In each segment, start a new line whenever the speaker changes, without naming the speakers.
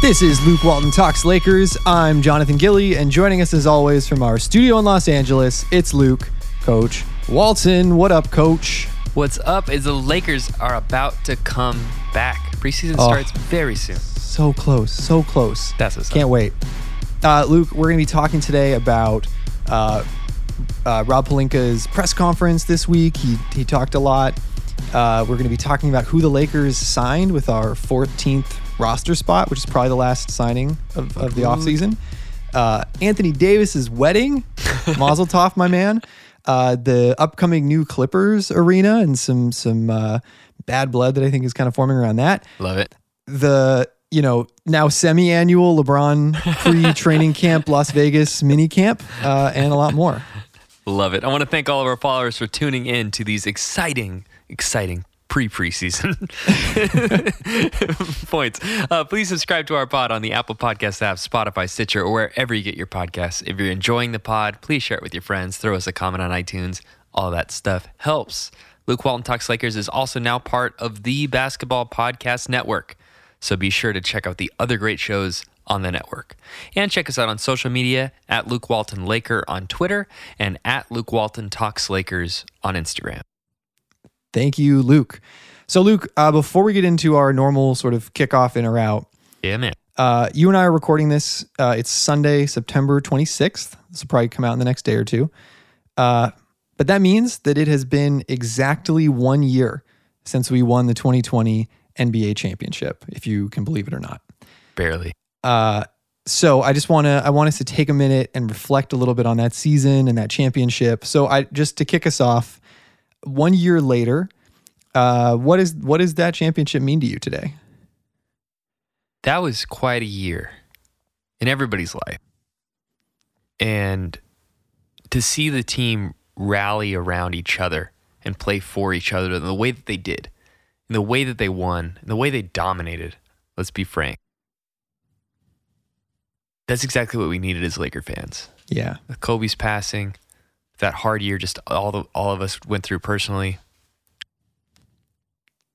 This is Luke Walton Talks Lakers. I'm Jonathan Gilly, and joining us as always from our studio in Los Angeles, it's Luke, Coach Walton. What up, Coach?
What's up is the Lakers are about to come back. Preseason
Oh.
starts very soon.
So close, so close.
That's what's up.
Can't wait. Uh, Luke, we're going to be talking today about uh, uh, Rob Palinka's press conference this week. He, he talked a lot. Uh, we're going to be talking about who the Lakers signed with our 14th roster spot, which is probably the last signing of, of the offseason. Uh, Anthony Davis's wedding, Mazel Tov, my man. Uh, the upcoming new Clippers arena and some some uh, bad blood that I think is kind of forming around that
Love it.
the you know now semi-annual LeBron pre-training camp Las Vegas mini camp uh, and a lot more.
Love it. I want to thank all of our followers for tuning in to these exciting, exciting pre preseason points. Uh, please subscribe to our pod on the Apple Podcast app, Spotify, Stitcher, or wherever you get your podcasts. If you're enjoying the pod, please share it with your friends. Throw us a comment on iTunes. All that stuff helps. Luke Walton Talks Lakers is also now part of the Basketball Podcast Network. So be sure to check out the other great shows on the network. And check us out on social media at Luke Walton Laker on Twitter and at Luke Walton Talks Lakers on Instagram.
Thank you, Luke. So Luke, uh, before we get into our normal sort of kickoff in or out,
Yeah, man.
uh, you and I are recording this. Uh, it's Sunday, September 26th. This will probably come out in the next day or two. Uh, but that means that it has been exactly one year since we won the 2020 NBA championship, if you can believe it or not.
Barely.
Uh, so I just want to I want us to take a minute and reflect a little bit on that season and that championship. So I just to kick us off, one year later, uh, what is what does that championship mean to you today?
that was quite a year in everybody's life. And to see the team rally around each other and play for each other in the way that they did, in the way that they won, in the way they dominated, let's be frank. That's exactly what we needed as Laker fans
Yeah,
with Kobe's passing, that hard year just all the all of us went through personally.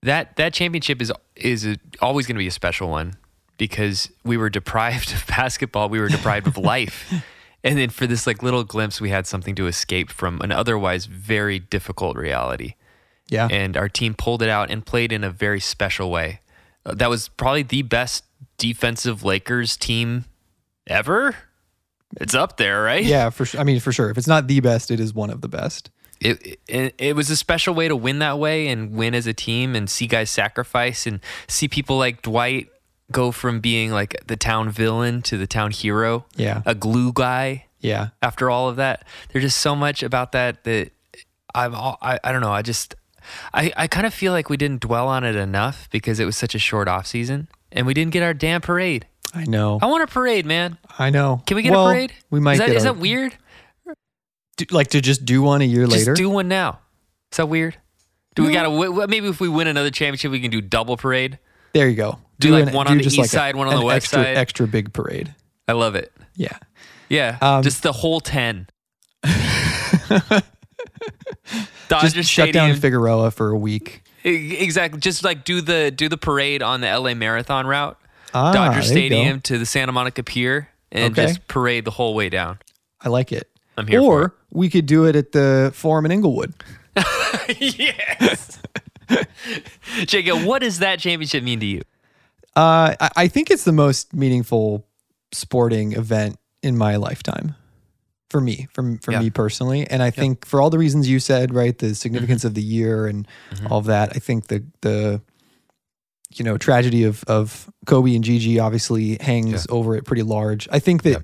That that championship is is a, always going to be a special one because we were deprived of basketball, we were deprived of life. And then for this like little glimpse we had something to escape from an otherwise very difficult reality
yeah,
and our team pulled it out and played in a very special way. Uh, That was probably the best defensive Lakers team ever. It's up there, right?
yeah. For sure. I mean, for sure. If it's not the best, it is one of the best.
it, it it was a special way to win that way and win as a team and see guys sacrifice and see people like Dwight go from being like the town villain to the town hero,
Yeah,
a glue guy.
yeah,
After all of that, there's just so much about that that I'm all, I I don't know. I just I I kind of feel like we didn't dwell on it enough because it was such a short off season and we didn't get our damn parade.
I know.
I want a parade, man.
I know.
Can we get
Well,
a parade?
We might
Is that,
get
is
a-
that weird?
do- like to just do one a year later.
Just do one now. Is that weird? Do we gotta w- w- maybe if we win another championship, we can do double parade?
there you go.
do like one on the
just
east side, one on
an
the west
extra,
side.
Extra big parade.
I love it.
Yeah.
Yeah,
Um,
just the whole ten. Dodger
just shut
Stadium.
down Figueroa for a week.
E- exactly. Just like do the do the parade on the LA Marathon route,
Ah, there
Dodger
you go.
Stadium to the Santa Monica Pier, and
Okay.
just parade the whole way down.
I like it.
I'm here
Or
for it.
we could do it at the Forum in Inglewood.
yes. Jacob, what does that championship mean to you?
Uh, I, I think it's the most meaningful sporting event in my lifetime, for me, from for
Yeah. Mm-hmm.
me personally, and I think for all the reasons you said, right, the significance of the year and all of that. I think the the you know tragedy of of Kobe and Gigi obviously hangs over it pretty large. I think that.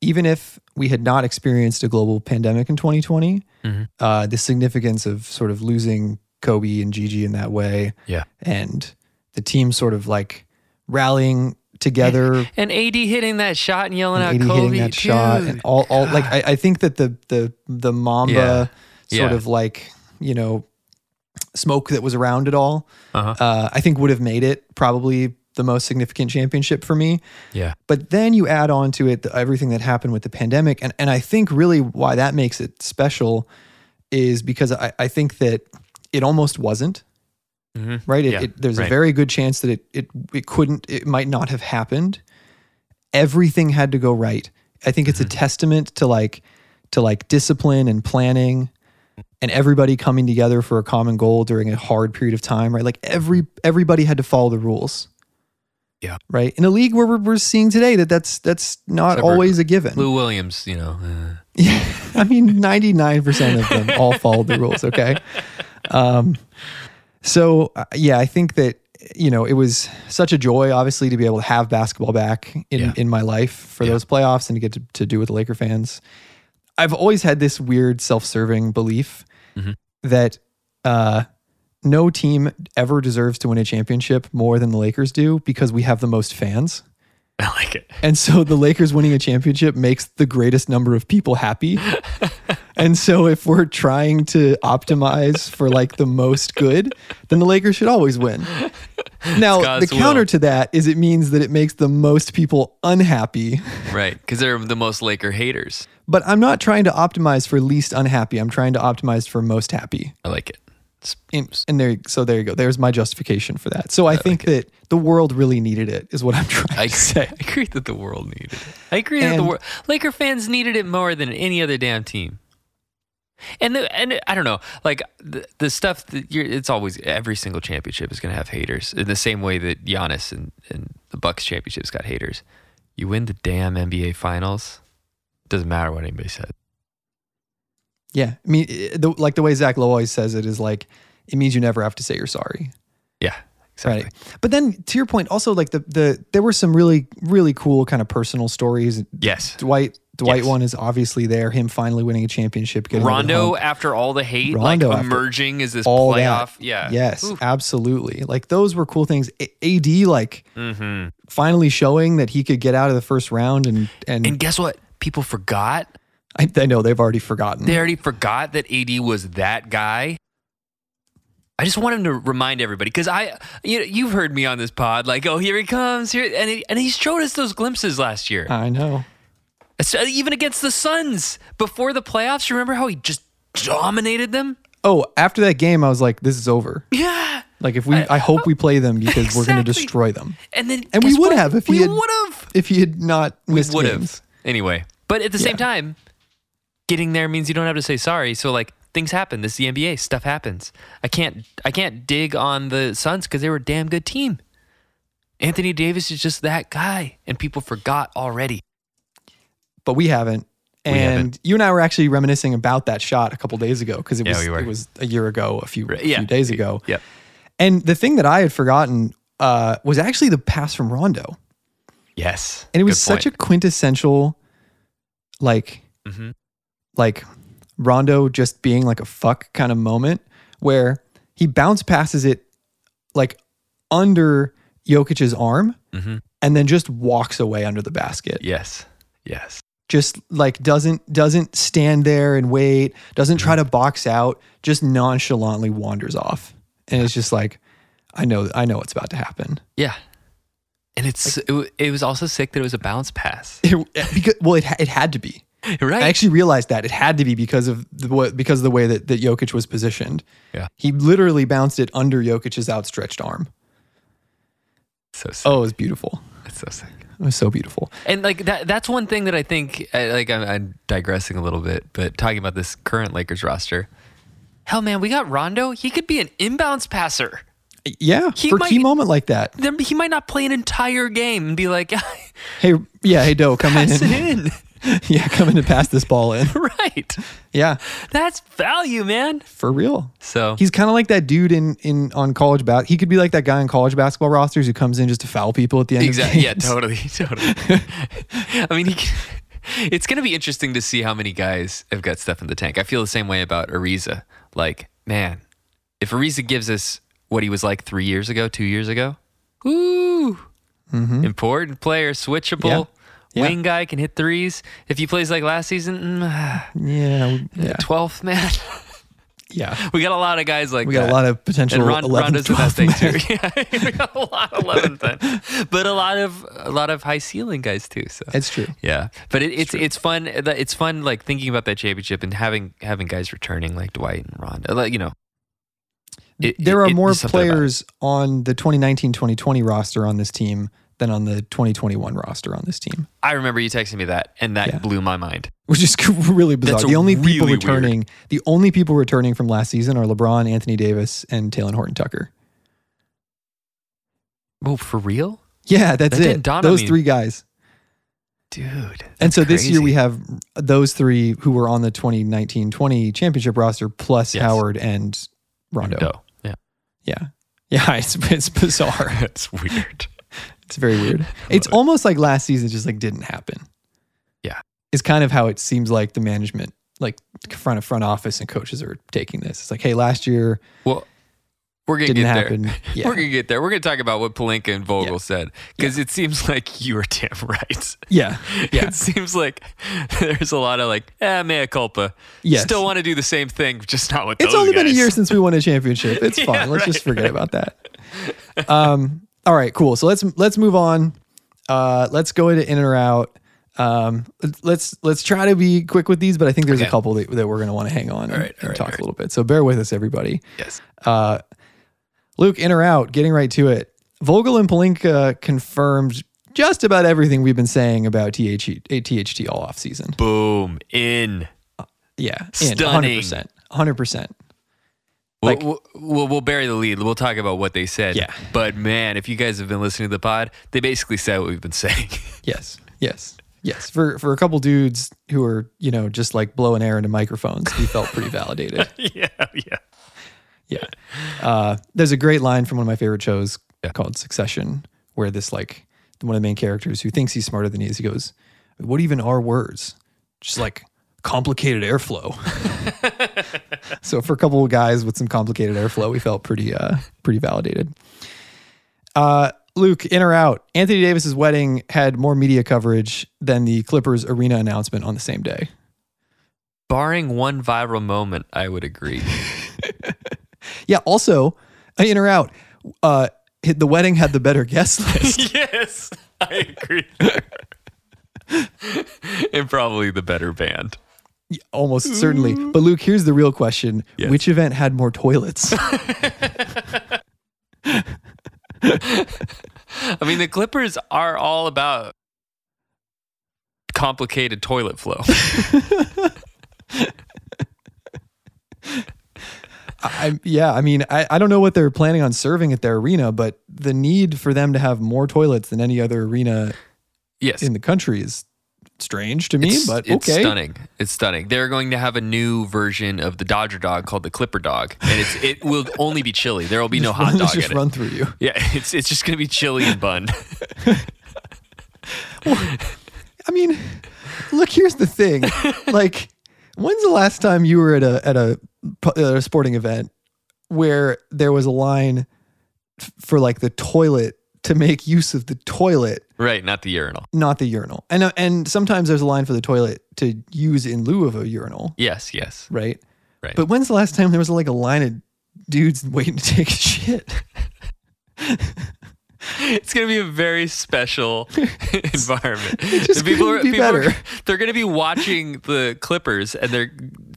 Even if we had not experienced a global pandemic in 2020,
Mhm.
uh, the significance of sort of losing Kobe and Gigi in that way,
Yeah.
and the team sort of like rallying together
And AD hitting that shot and yelling
and
out
AD
Kobe.
hitting that shot
dude.
and all, all like I, I think that the the the Mamba sort
Yeah.
of like you know smoke that was around it all
Uh-huh.
uh, I think would have made it probably the most significant championship for me
Yeah.
but then you add on to it the, everything that happened with the pandemic and, and I think really why that makes it special is because I, I think that it almost wasn't right? It,
Mm-hmm. Yeah,
it, there's
right.
a very good chance that it, it it couldn't, it might not have happened. Everything had to go right. I think it's a
Mm-hmm.
testament to like to like discipline and planning, and everybody coming together for a common goal during a hard period of time, right? Like every everybody had to follow the rules.
Yeah.
Right. In a league where we're, we're seeing today that that's that's not
Except for
always a given.
Lou Williams, you know, uh,
Yeah, I mean, 99% of them all followed the rules. Okay. Um, so, uh, yeah, I think that, you know, it was such a joy, obviously, to be able to have basketball back in,
Yeah.
in my life for
Yeah.
those playoffs and to get to, to do with the Laker fans. I've always had this weird self serving belief
Mhm.
that uh, no team ever deserves to win a championship more than the Lakers do because we have the most fans.
I like it.
And so the Lakers winning a championship makes the greatest number of people happy. and so if we're trying to optimize for like the most good, then the Lakers should always win. Now, the
God's will.
counter to that is it means that it makes the most people unhappy.
Right. Because they're the most Laker haters.
But I'm not trying to optimize for least unhappy. I'm trying to optimize for most happy.
I like it. It's-
And, and there, so there you go. There's my justification for that. So I, think that the world really needed it, is what I'm trying to
I agree,
say.
I agree that the world needed it. I agree that the
And-
world, Laker fans needed it more than any other damn team. And the, and I don't know, like the, the stuff that you're, it's always every single championship is going to have haters in the same way that Giannis and, and the Bucks championships got haters. You win the damn NBA finals, doesn't matter what anybody says.
Yeah, I mean, it- the, like the way Zach Lowe always says it is like it means you never have to say you're sorry,
Yeah, exactly.
right? But then to your point, also like the the there were some really really cool kind of personal stories.
Yes.
Dwight Dwight
Yes.
one is obviously there. Him finally winning a championship. getting over the
Rondo,
hump.
after all the hate,
Rondo
like
after
emerging as this
all
playoff.
that.
Yeah.
Yes, absolutely. Like those were cool things. A- AD like
Mm-hmm.
finally showing that he could get out of the first round, and and,
And guess what? People forgot.
I, I know they've already forgotten.
They already forgot that AD was that guy. I just want him to remind everybody because I, you know, you've heard me on this pod, like, oh, here he comes, here, and he, and he showed us those glimpses last year,
I know.
So even against the Suns before the playoffs. Remember how he just dominated them?
Oh, after that game, I was like, this is over.
Yeah,
Like if we, I, hope we play them because we're going to
Exactly.
destroy them.
and then
And we
guess
would
what?
have if he
we
had-
would have.
If he had not missed
would
games.
have anyway. But at the same time, getting there means you don't have to say sorry. So like things happen. This is the NBA. Stuff happens. I can't I can't dig on the Suns because they were a damn good team. Anthony Davis is just that guy, and people forgot already.
but we haven't. And
haven't.
you and I were actually reminiscing about that shot a couple days ago because it
Yeah,
was
we were.
it was a year ago, a few, a
yeah.
few days ago.
Yep.
And the thing that I had forgotten uh, was actually the pass from Rondo,
Yes.
and it was such a quintessential, like,
a mm-hmm.
like Rondo just being like a fuck kind of moment where he bounce passes it like under Jokic's arm
Mhm.
and then just walks away under the basket.
yes. Yes.
Just like doesn't doesn't stand there and wait, doesn't try to box out, just nonchalantly wanders off. And it's just like I know I know what's about to happen.
Yeah. And it's it, wa- it was also sick that it was a bounce pass.
It, because, well, it, ha- it had to be.
right.
I actually realized that it had to be because of the, wa- because of the way that, that Jokic was positioned.
Yeah.
He literally bounced it under Jokic's outstretched arm.
so sick.
Oh, it was beautiful.
It's so sick.
It was so beautiful.
And like that, that's one thing that I think, I- like I'm, I'm digressing a little bit, but talking about this current Lakers roster, hell man, we got Rondo. He could be an inbounds passer.
Yeah,
He
for a
might-
key moment like that.
There- He might not play an entire game and be like,
Hey, yeah, hey Doe, come in.
pass it
And,
in.
yeah, come in and pass this ball in.
right.
Yeah,
That's value, man.
for real.
So
He's kind of like that dude in in on college bat. He could be like that guy on college basketball rosters who comes in just to foul people at the end. Of
exactly. Yeah,
games.
totally. Totally. I mean, he, can- it's going to be interesting to see how many guys have got stuff in the tank. I feel the same way about Ariza. Like, man, if Ariza gives us what he was like three years ago, two years ago, woo, important player, switchable.
Mm-hmm. Yeah.
Wing guy can hit threes. If he plays like last season, mm,
yeah, we- yeah,
12th man.
yeah.
We got a lot of guys like
We got
that.
a lot of potential.
And Ron,
11th,
Rondo's in that
12th
thing
man.
too. Yeah, we got a lot of eleventh then, but a lot of a lot of high ceiling guys too. So
It's true.
yeah, but it, it's it's fun. that- It's fun like thinking about that championship and having having guys returning like Dwight and Rondo. Like you know, It-
there
it-
are
it-
more
there's something about it.
players on the 2019-2020 roster on this team than on the 2021 roster on this team,
I remember you texting me that, and that blew my mind.
which is really bizarre.
That's
The only people
really weird.
returning, the only people returning from last season are LeBron, Anthony Davis, and Taylor Horton Tucker.
Oh, for real,
Yeah, that's
That
it.
didn't dawn on
Those
me.
three guys.
dude.
And
that's
so this year
crazy.
we have those three who were on the 2019-20 championship roster plus
Yes.
Howard and Rondo.
No. Yeah,
Yeah. Yeah, it's it's bizarre.
that's weird.
It's very weird. It's almost like last season just like didn't happen.
Yeah.
It's kind of how it seems like the management, like front of front office and coaches are taking this. It's like, hey, last year
Well, we're gonna
didn't
get
happen.
there.
Yeah.
We're gonna get there. We're gonna talk about what Palinka and Vogel
Yeah.
said because it seems like you are damn right.
yeah. Yeah.
It seems like there's a lot of like, eh, mea culpa.
Yes.
Still want to do the same thing, just not with
It's
those
only been a
guys.
year since we won a championship. It's
Yeah,
fine. Let's just
right,
forget about that. Um, all right, cool. So let's let's move on. Uh, let's go into in or out. Um, let's let's try to be quick with these, but I think there's a
Okay.
couple that, that we're gonna want to hang on and,
right, all
and
right,
talk
all
a little bit. So bear with us, everybody.
Yes.
Uh, Luke, in or out, getting right to it. Vogel and Palinka confirmed just about everything we've been saying about E, THT, THT all offseason.
Boom. In.
Yeah. in,
Stunning.
100%. 100%.
We'll-
Like-
we'll, we'll, we'll bury the lead. We'll talk about what they said.
Yeah.
But man, if you guys have been listening to the pod, they basically said what we've been saying.
Yes. Yes. Yes. For for a couple dudes who are, you know, just like blowing air into microphones, we felt pretty validated.
yeah. Yeah.
Yeah. Uh, there's a great line from one of my favorite shows
Yeah.
called Succession, where this like one of the main characters who thinks he's smarter than he is, he goes, What even are words? Just like complicated airflow. so for a couple of guys with some complicated airflow, we felt pretty uh pretty validated. Uh Luke, in or out, Anthony Davis's wedding had more media coverage than the Clippers arena announcement on the same day.
Barring one viral moment, I would agree.
Yeah, also, in or out, uh the wedding had the better guest list.
yes. I agree. and probably the better band.
Almost certainly. But Luke, here's the real question.
Yes.
Which event had more toilets?
I mean, the Clippers are all about complicated toilet flow.
I, yeah, I mean, I, I don't know what they're planning on serving at their arena, but the need for them to have more toilets than any other arena
Yes.
in the country is strange to me,
It's-
but
it's
okay.
stunning. It's stunning. They're going to have a new version of the Dodger dog called the Clipper dog, and it's it will only be chili. There will be no hot
Let's
dog in
just
it.
run through you.
Yeah, it's it's just gonna be chili and bun.
I mean, look, here's the thing. like, when's the last time you were at a at a, pu- at a sporting event where there was a line f- for like the toilet to make use of the toilet
right, not the urinal.
not the urinal. And uh, and sometimes there's a line for the toilet to use in lieu of a urinal,
Yes, yes.
right?
Right.
But when's the last time there was like a line of dudes waiting to take a shit?
It's gonna be a very special environment.
just couldn't be better.
they're gonna be watching the Clippers and they're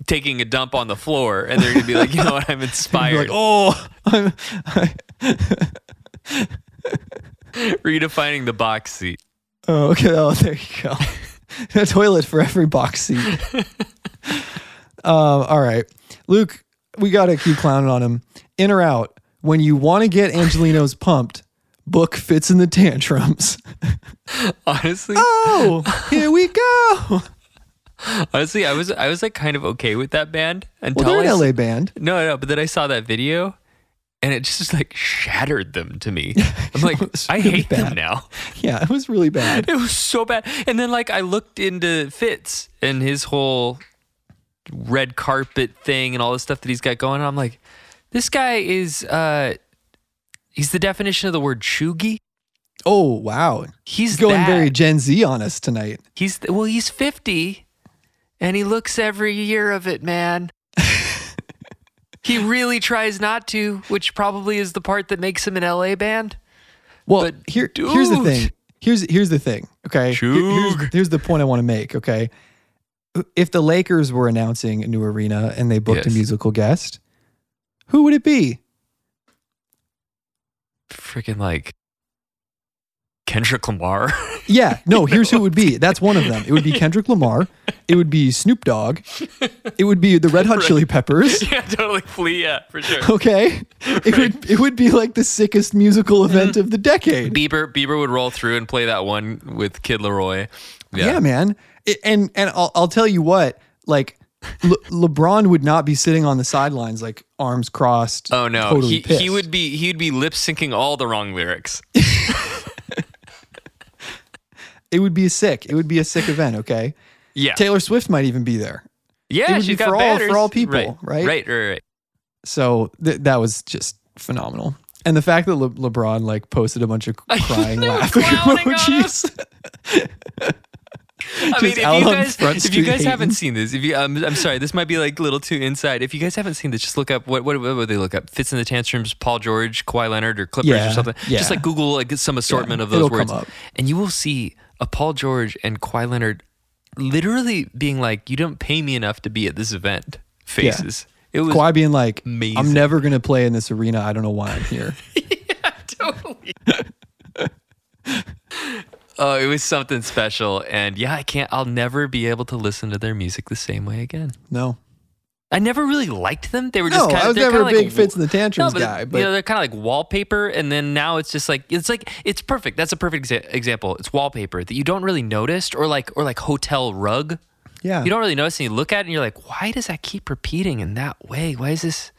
taking a dump on the floor, and they're gonna be like, you know what, I'm
You're
inspired.
like, oh, I'm, I,
Redefining the box seat.
oh, okay, oh, there you go. a toilet for every box seat. um, all right, Luke, we gotta keep clowning on him. In or out? When you want to get Angelino's pumped, book fits in the tantrums.
Honestly,
Oh, here we go.
honestly, I was I was like kind of okay with that band until
Well, they're
I
an
s-
LA band.
No, no, but then I saw that video and it just like shattered them to me. I'm like,
was
I
really
hate them
bad.
now.
Yeah, it was really bad.
It was so bad. And then like I looked into Fitz and his whole red carpet thing and all this stuff that he's got going on. I'm like, this guy is uh he's the definition of the word chuggy.
Oh wow,
He's
he's going
that.
very Gen Z on us tonight.
He's well, he's 50 and he looks every year of it, man. he really tries not to, which probably is the part that makes him an LA band.
Well,
But,
here, here's the
dude.
thing. Here's here's the thing. Okay, Here-
Chug.
here's, here's the point I want to make. Okay, if the Lakers were announcing a new arena and they booked a
Yes.
musical guest, who would it be?
freaking like Kendrick Lamar.
Yeah, no, here's who it would be. That's one of them. It would be Kendrick Lamar. It would be Snoop Dogg. It would be the Red Hot Chili Peppers.
yeah, totally. Flea, yeah, for sure.
Okay. It would it would be like the sickest musical event of the decade.
Bieber Bieber would roll through and play that one with Kid Leroy.
Yeah, man. It, and and I'll, I'll tell you what, like Le- LeBron would not be sitting on the sidelines like arms crossed.
Oh no,
totally
he, he
pissed.
would be he'd be lip syncing all the wrong lyrics.
It would be a sick. It would be a sick event. Okay.
Yeah,
Taylor Swift might even be there. it
yeah,
would
she's
be
got
for all-
banners.
for all people, right?
Right, right, right. right.
So th- that was just phenomenal. And the fact that Le- LeBron like posted a bunch of crying
They were
laughing
clowning on us.
emojis.
I mean,
Just
if
out
you
on
guys,
Front
if you
Street
guys haven't
hating.
seen this, if you, um, I'm sorry, this might be like a little too inside. If you guys haven't seen this, just look up what what, what would they look up? Fits in the tantrums, Paul George, Kawhi Leonard, or Clippers
Yeah,
or something.
yeah.
Just like Google like some assortment
Yeah,
of those
it'll come
words,
up.
and you will see a Paul George and Kawhi Leonard literally being like, "You don't pay me enough to be at this event." Faces. It was
Kawhi being like,
amazing.
I'm never gonna play in this arena. I don't know why I'm here.
totally. oh, it was something special, and yeah, I can't. I'll never be able to listen to their music the same way again.
No.
I never really liked them. They were just
No,
kind
I
of.
was
they're
never a
kinda
big
like,
fits in the tantrums
no, but,
guy,
you
but
know, they're kind of like wallpaper, and then now it's just like it's like it's perfect. That's a perfect exa- example. It's wallpaper that you don't really notice, or like or like hotel rug.
yeah.
You don't really notice, and you look at it, and you're like, why does that keep repeating in that way? Why is this?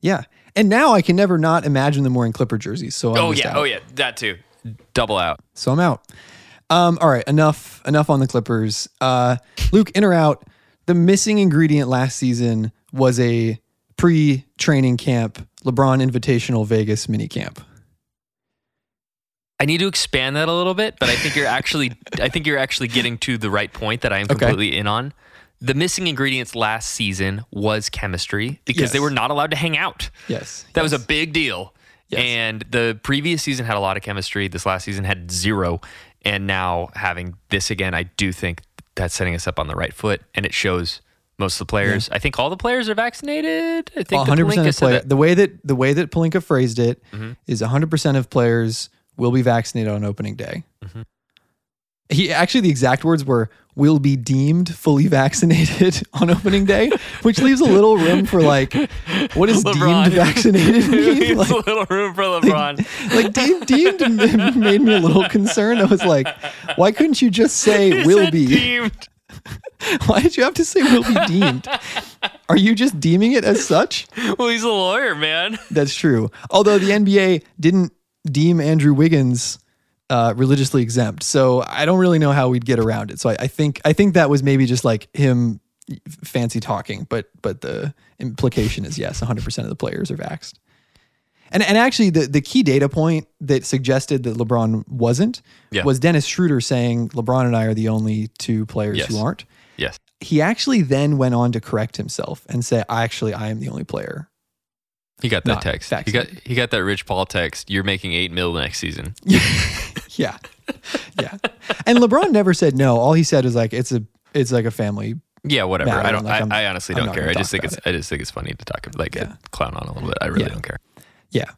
Yeah. And now I can never not imagine them wearing Clipper jerseys. So I'm
oh
just
yeah,
out.
oh yeah, that too. Double out.
So I'm out. Um, all right, enough enough on the Clippers. Uh, Luke, in or out? The missing ingredient last season was a pre-training camp LeBron Invitational Vegas mini camp.
I need to expand that a little bit, but I think you're actually I think you're actually getting to the right point that I am
Okay.
completely in on. The missing ingredients last season was chemistry because they
Yes.
were not allowed to hang out.
Yes,
That was a big deal.
Yes.
And the previous season had a lot of chemistry. This last season had zero. And now having this again, I do think that's setting us up on the right foot. And it shows most of the players. I think all the players are vaccinated. I think
100 percent
Palinka
of
said
players.
that. Mm-hmm.
The way that the way that Palinka phrased it is 100 percent of players will be vaccinated on opening day.
Mm-hmm.
He actually the exact words were will be deemed fully vaccinated on opening day, which leaves a little room for like what is
LeBron.
deemed vaccinated mean?
Leaves
Like,
a little room for LeBron.
like deemed, deemed m- made me a little concerned. I was like, why couldn't you just say
He
will
said
be?
deemed.
Why did you have to say will be deemed? Are you just deeming it as such?
Well, he's a lawyer, man.
That's true. Although the NBA didn't deem Andrew Wiggins uh, religiously exempt, so I don't really know how we'd get around it. So I, I think I think that was maybe just like him fancy talking, but but the implication is yes, 100 percent of the players are vaxxed. And and actually, the the key data point that suggested that LeBron wasn't
Yeah.
was Dennis Schroeder saying LeBron and I are the only two players
Yes.
who aren't.
Yes.
He actually then went on to correct himself and say, "I actually I am the only player
He got that
Not
text. He got
vaccinated.
he got that Rich Paul text. You're making eight mil next season.
yeah. Yeah. And LeBron never said no. All he said was like it's a it's like a family.
Yeah, whatever.
Nah, I
I
don't
don't.
like-
I,
I'm-
I honestly
I'm
don't
not
care.
gonna
I just
talk
think it's. I just think it's funny to talk like
Yeah.
clown on a little bit. I really
Yeah.
don't care.
Yeah.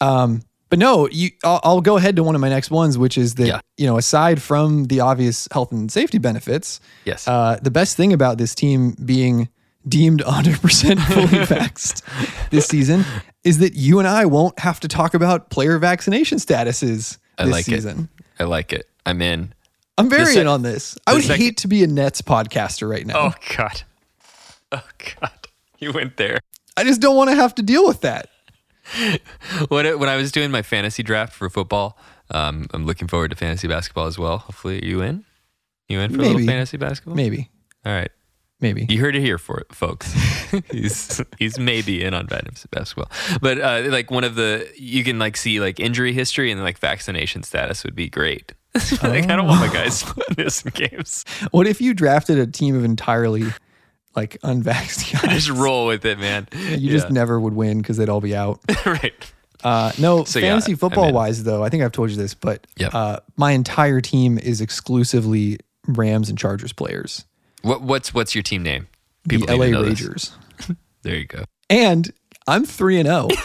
Um but no, you I'll, I'll go ahead to one of my next ones which is that
Yeah.
you know aside from the obvious health and safety benefits,
Yes.
uh the best thing about this team being deemed 100% fully vaxxed this season is that you and I won't have to talk about player vaccination statuses
I
this
like it.
season.
I like it. I'm in.
I'm very
sec-
in on this. I would
sec-
hate to be a Nets podcaster right now.
Oh God. Oh God. You went there.
I just don't want to have to deal with that.
When I- when I was doing my fantasy draft for football, um, I'm looking forward to fantasy basketball as well. Hopefully, you in. You in for a
Maybe.
little fantasy basketball?
Maybe.
All right.
Maybe.
You heard it here, for folks. he's he's maybe in on Venom's basketball, but uh, like one of the you can like see like injury history and like vaccination status would be great. like I don't want my guys playing this in games.
What if you drafted a team of entirely like unvaxxed guys?
Just roll with it, man.
You just never would win because they'd all be out.
right.
Uh, no,
So, yeah,
fantasy
I
football
mean-
wise, though, I think I've told you this, but
Yep.
uh, my entire team is exclusively Rams and Chargers players,
What what's what's your team name?
the
need to
LA
know this.
Ragers.
There you go.
And I'm 3 and 0.
Three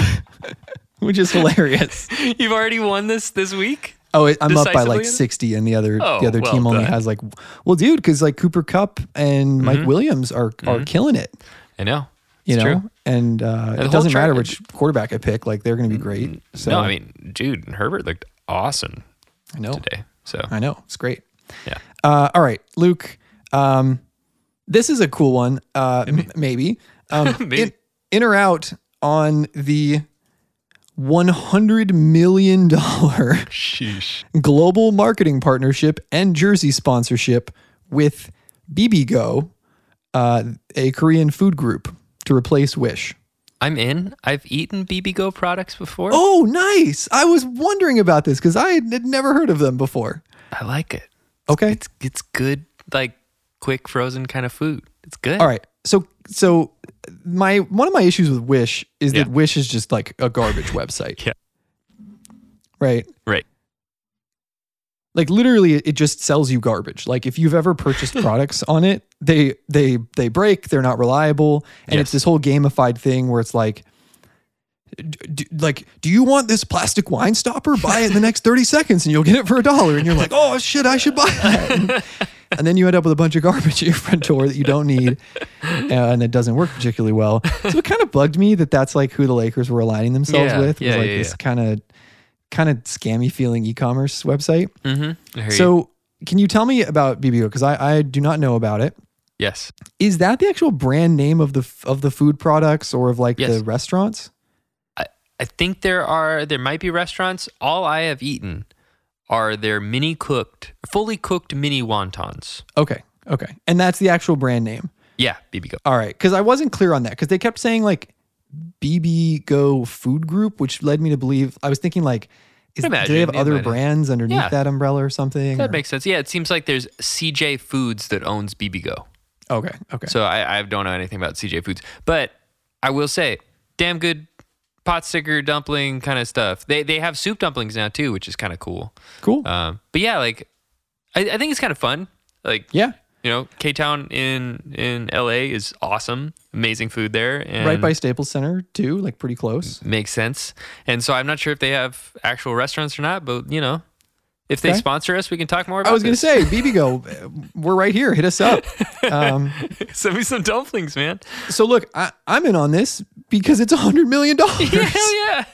zero.
which is hilarious.
You've already won this this week.
Oh, it, I'm up by
Decisively
like
enough?
60, and the other
Oh,
the other
well
team only
done. Mm-hmm.
has like, well, dude, because like Cooper Cup and Mike Williams are are killing it.
I know.
You
It's
know,
true.
and uh,
the
it
whole
doesn't matter
track-
which quarterback I pick; like they're going to be great. So
No, I mean, dude, Herbert looked awesome
I know,
today. So
I know, it's great.
yeah,
Uh, all right, Luke. Um, this is a cool one. Uh, m- maybe. Um,
Maybe.
In, in or out on the one hundred million dollar
sheesh.
global marketing partnership and jersey sponsorship with BBGO, uh, a Korean food group, to replace Wish.
I'm in. I've eaten BB Go products before.
Oh, nice! I was wondering about this because I had never heard of them before.
I like it.
Okay,
It's it's good, like quick frozen kind of food. It's good.
All right. So so my one of my issues with Wish is that
Yeah.
Wish is just like a garbage website.
Yeah.
Right.
Right.
Like literally it just sells you garbage. Like if you've ever purchased products on it, they they they break, they're not reliable, and it's
Yes.
this whole gamified thing where it's like d- d- like, do you want this plastic wine stopper? Buy it in the next 30 seconds and you'll get it for a dollar. And you're like, oh shit, I should buy that. And, and then you end up with a bunch of garbage at your front door that you don't need and it doesn't work particularly well. So it kind of bugged me that that's like who the Lakers were aligning themselves
Yeah,
with. was
yeah,
like
yeah,
this
yeah.
kind of kind of scammy feeling e-commerce website.
Mm-hmm.
So can you tell me about BBO? Because I, I do not know about it.
yes,
Is that the actual brand name of the f- of the food products or of like
Yes.
the restaurants?
I think there are there might be restaurants. All I have eaten are their mini cooked, fully cooked mini wontons.
Okay. Okay. And that's the actual brand name.
Yeah, BB Go.
All right, because I wasn't clear on that because they kept saying like BB Go Food Group, which led me to believe I was thinking like, is, do
Imagine,
they have
yeah,
other
imagine.
brands underneath
Yeah.
that umbrella or something?
That
or-
makes sense. Yeah, it seems like there's CJ Foods that owns BB Go.
okay, okay,
So I, I don't know anything about CJ Foods, but I will say, damn good pot sticker dumpling kind of stuff. They they have soup dumplings now too, which is kind of cool.
cool.
Um, but yeah, like I, I think it's kind of fun. Like
yeah,
you know, K Town in in LA is awesome, amazing food there, and
right by Staples Center too, like pretty close.
makes sense. And so I'm not sure if they have actual restaurants or not, but you know, if they
Okay.
sponsor us, we can talk more. about
I was gonna
this.
say BB Go, we're right here. Hit us up. Um,
send me some dumplings, man.
so look, I, I'm in on this because it's a hundred million dollars.
Yeah, hell yeah.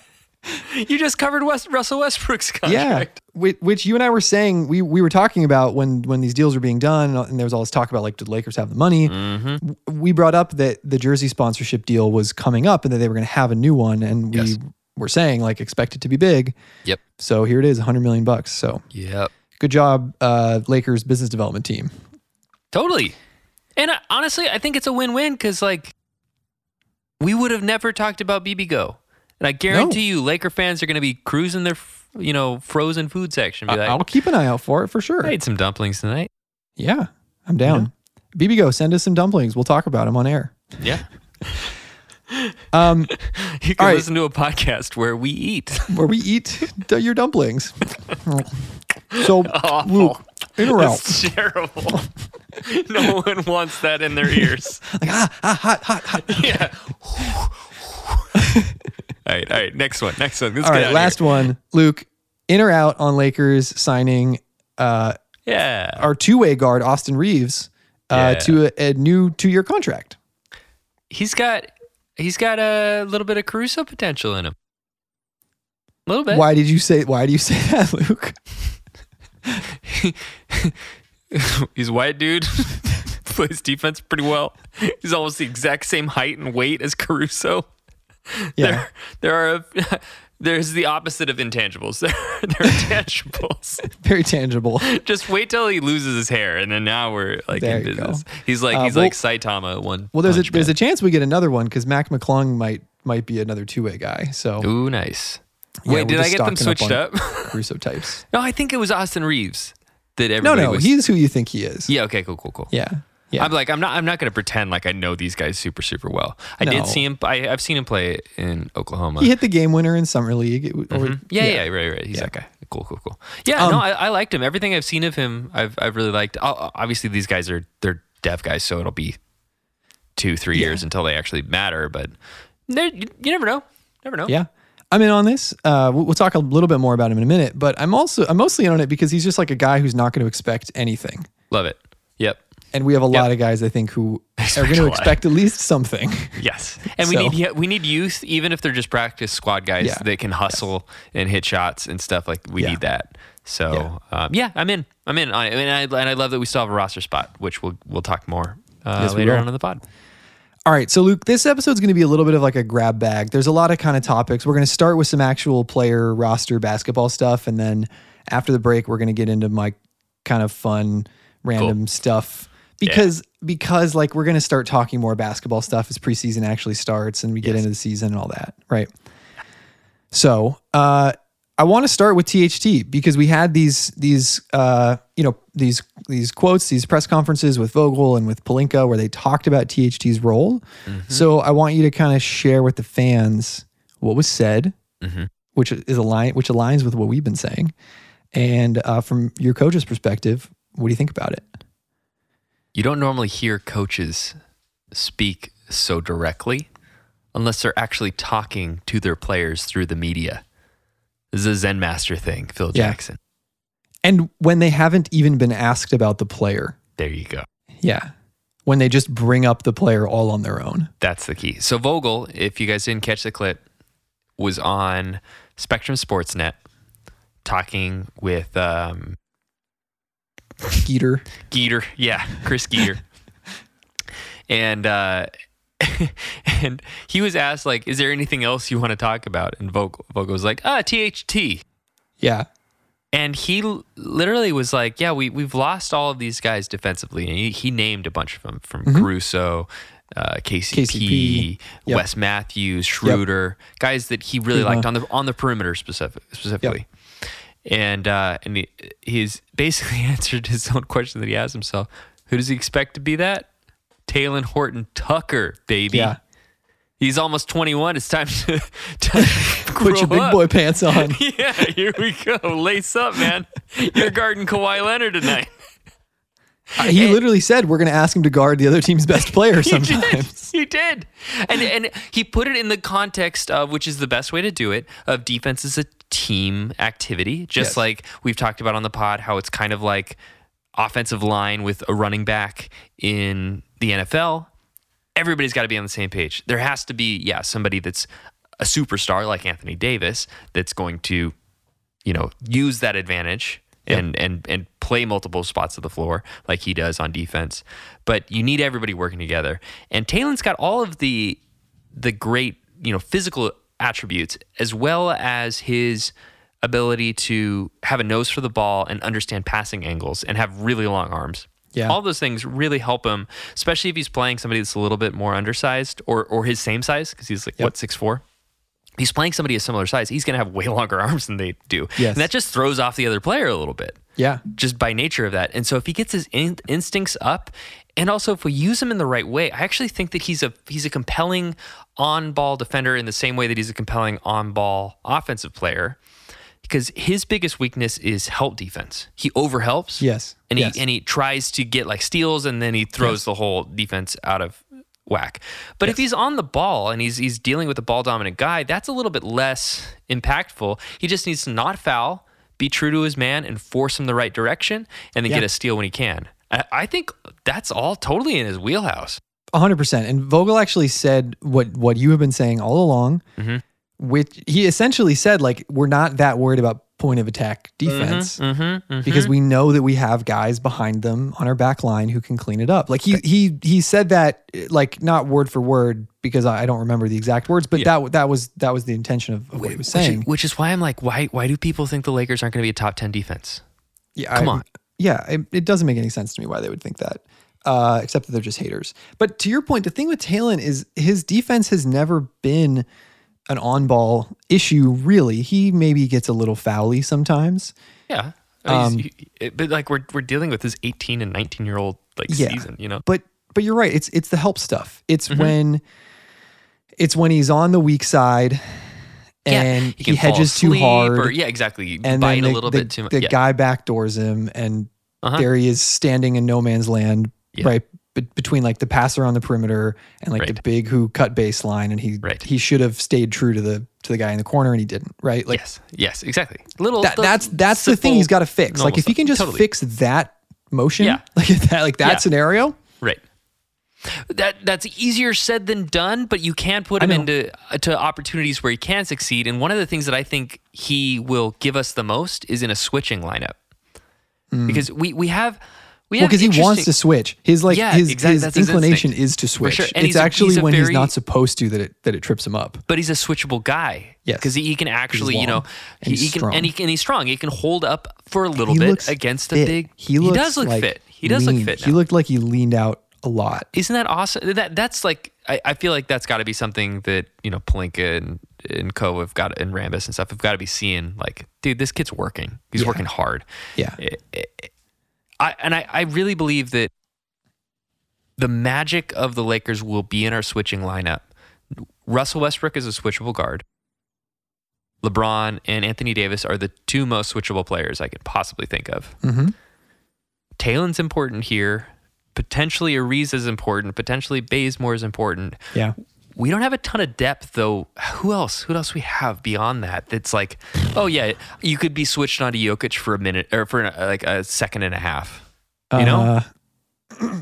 You just covered West, Russell Westbrook's
Yeah,
contract.
whi- which you and I were saying we we were talking about when when these deals were being done, and there was all this talk about like did the Lakers have the money?
Mm-hmm.
W- We brought up that the jersey sponsorship deal was coming up and that they were going to have a new one, and we
Yes.
were saying like expect it to be big.
Yep.
So here it is, 100 million bucks. So
Yep.
good job, uh, Lakers business development team.
Totally. And I, honestly, I think it's a win-win because like we would have never talked about BB Go, and I guarantee you, Laker fans are going to be cruising their f- you know frozen food section, be like,
I'll keep an eye out for it for sure.
I ate some dumplings tonight.
Yeah, I'm down. BB Go, send us some dumplings. We'll talk about them on air.
Yeah.
Um,
You
All
can
right.
listen to a podcast where we eat.
where we eat d- your dumplings. so,
Awful.
Luke, in or out?
That's terrible. no one wants that in their ears.
Like, ah, ah, hot, hot, hot.
yeah. all right, all right. Next one. Next one. Let's
All
get
right,
outta
last one. Luke, in or out on Lakers signing uh,
here. Yeah.
our two way guard, Austin Reeves, uh,
Yeah.
to a, a new two year contract.
He's got he's got a little bit of Caruso potential in him. A little bit.
Why did you say, why do you say that, Luke?
he's a white dude. Plays defense pretty well. He's almost the exact same height and weight as Caruso.
Yeah.
There, there are there's the opposite of intangibles. There, there are tangibles.
Very tangible.
Just wait till he loses his hair, and then now we're like
There
in
you go.
business. He's like
Uh,
he's
well-
like Saitama one.
Well, there's a,
punch
there's a chance we get another one because Mac McClung might might be another two way guy. So,
man. Ooh, nice.
yeah, we're
Wait, did I
just
get them
stocking
switched
on
up?
Caruso types.
no, I think it was Austin Reeves that
No,
everybody
no,
was.
he's who you think he is.
yeah. Okay. Cool. Cool. Cool.
Yeah. Yeah.
I'm like I'm not I'm not gonna pretend like I know these guys super super well. I
No.
did see him. I, I've seen him play in Oklahoma.
he hit the game winner in Summer League. It w- or-
Yeah, yeah, right, right. He's that guy. Cool, cool, cool. Yeah,
Um,
no, I, I liked him. Everything I've seen of him, I've I've really liked. O- Obviously, these guys are they're dev guys, so it'll be two, three years until they actually matter. But they're- you you never know, never know.
Yeah. I'm in on this. Uh, we'll we'll talk a little bit more about him in a minute, but I'm also I'm mostly in on it because he's just like a guy who's not going to expect anything,
Love it. Yep.
and we have a lot of guys I think who are
Expect
going
a
to
lot.
expect at least something.
Yes. And we
So-
need we need youth, even if they're just practice squad guys
Yeah.
that can hustle and hit shots and stuff. Like we
Yeah.
need that. So yeah. Um, yeah, I'm in. I'm in. on it. and I and I love that we still have a roster spot, which we'll we'll talk more uh,
Yes, we
later
will.
on in the pod.
All right, so Luke, this episode's going to be a little bit of like a grab bag. There's a lot of kind of topics. We're going to start with some actual player roster basketball stuff, and then after the break, we're going to get into my kind of fun random stuff because because like we're going to start talking more basketball stuff as preseason actually starts and we get into the season and all that, right? So uh, I want to start with THT because we had these these uh, you know these these quotes, these press conferences with Vogel and with Palinka where they talked about THT's role. So I want you to kind of share with the fans what was said,
Mhm.
which is align which aligns with what we've been saying, and uh, from your coach's perspective, what do you think about it?
You don't normally hear coaches speak so directly unless they're actually talking to their players through the media. This is a Zen master thing, Phil
Yeah.
Jackson.
And when they haven't even been asked about the player,
There you go.
yeah, when they just bring up the player all on their own,
That's the key. So Vogel, if you guys didn't catch the clip, was on Spectrum Sportsnet talking with um,
Skeeter.
Geeter. Yeah, Chris Geeter. and uh, and he was asked like, "Is there anything else you want to talk about?" And Vogel, Vogel was like, "Ah, THT."
Yeah,
And he l- literally was like, "Yeah, we we've lost all of these guys defensively." And he, he named a bunch of them from
Mm-hmm.
Caruso, uh, KCP,
KCP, yep.
Wes Matthews, Schroeder, guys that he really
Kuzma.
liked on the on the perimeter specific, specifically. And uh, and he, he's basically answered his own question that he asked himself: Who does he expect to be that? Talon Horton Tucker, baby.
yeah.
He's almost 21. It's time to, to
Put your
grow
big
up.
boy pants on.
Yeah, here we go. Lace up, man. You're guarding Kawhi Leonard tonight.
Uh, he literally said we're going to ask him to guard the other team's best player
He did.
sometime.
He did. And and he put it in the context of which is the best way to do it of defense is a team activity. Just
Yes.
like we've talked about on the pod how it's kind of like offensive line with a running back in the NFL. Everybody's got to be on the same page. There has to be yeah, somebody that's a superstar like Anthony Davis that's going to you know, use that advantage and and and play multiple spots of the floor like he does on defense. But you need everybody working together. And Talon's got all of the the great, you know, physical attributes as well as his ability to have a nose for the ball and understand passing angles and have really long arms.
Yeah.
All those things really help him, especially if he's playing somebody that's a little bit more undersized or or his same size because he's like what six four he's playing somebody a similar size, he's going to have way longer arms than they do.
Yes.
And that just throws off the other player a little bit,
Yeah.
just by nature of that. And so if he gets his in- instincts up, and also if we use him in the right way, I actually think that he's a he's a compelling on-ball defender in the same way that he's a compelling on-ball offensive player. Because his biggest weakness is help defense. He overhelps.
Yes.
And
Yes.
he and he tries to get like steals and then he throws the whole defense out of whack. But if he's on the ball and he's he's dealing with a ball dominant guy, that's a little bit less impactful. He just needs to not foul, be true to his man, and force him the right direction, and then
Yeah.
get a steal when he can. I, I think that's all totally in his wheelhouse.
100%. And Vogel actually said what what you have been saying all along,
Mhm.
which he essentially said like we're not that worried about point of attack defense
Mhm, mhm, mhm.
because we know that we have guys behind them on our back line who can clean it up. Like he he he said that eh, like not word for word because I I don't remember the exact words, but that that was that was the intention of, of what he was
which,
saying.
is, which is why I'm like, why why do people think the Lakers aren't going to be a top ten defense?
Yeah,
Come
I-
on.
Yeah, it, it doesn't make any sense to me why they would think that, uh, except that they're just haters. But to your point, the thing with Talon is his defense has never been an on-ball issue. Really, he maybe gets a little fouly sometimes.
Yeah. I
Um,
mean, he's- he- it- but like we're we're dealing with this 18 and 19 year old like
Yeah.
season, you know.
But but you're right. It's it's the help stuff. It's
Mm-hmm.
when it's when he's on the weak side and he,
can fall
hedges too
asleep
hard.
Or, yeah, exactly. You
and
bite
then the,
a little
the-
bit too much.
The
yeah.
guy backdoors him, and
Uh-huh.
there he is standing in no man's land,
Yeah.
right be- between like the passer on the perimeter and like the
Right.
big who cut baseline, and he
Right.
he should have stayed true to the to the guy in the corner, and he didn't. Right? Like
yes, yes, exactly. Little
that,
the
that's that's the thing
simple,
he's got to fix.
normal
Like if he
stuff.
can just
Totally.
fix that motion,
Yeah.
like that like that
Yeah.
scenario,
Right. That that's easier said than done, but you can put him
know.
into uh, to opportunities where he can succeed. And one of the things that I think he will give us the most is in a switching lineup, because we we have we
Mm. well,
have
because he wants
interesting-
to switch. His like
Yeah,
his,
exactly.
his
That's his
inclination
instinct.
is to switch.
sure. And
It's
he's a-
actually
he's a
when he's
very-
not supposed to that it that it trips him up.
but he's a switchable guy.
Yes.
because he can actually, you know,
long and
he,
he's
he can
strong.
and he can he's strong. He can hold up for a little
He
bit
looks
against a
fit.
big.
He, looks
does look
like
fit. He does
lean.
look fit. Now.
He looked like he leaned out a lot.
Isn't that awesome? That that's like I, I feel like that's got to be something that you know Palinka and and Co have got and Rambus and stuff have got to be seeing. Like, dude, this kid's working. He's
Yeah.
working hard.
Yeah.
I- I- I and I, I really believe that the magic of the Lakers will be in our switching lineup. Russell Westbrook is a switchable guard. LeBron and Anthony Davis are the two most switchable players I could possibly think of.
hmm
Talon's important here. Potentially Ariz is important. Potentially Bazemore is important.
Yeah.
We don't have a ton of depth though. Who else? Who else we have beyond that? That's like, oh yeah, you could be switched onto Jokic for a minute or for uh, like a second and a half. You know?
Uh,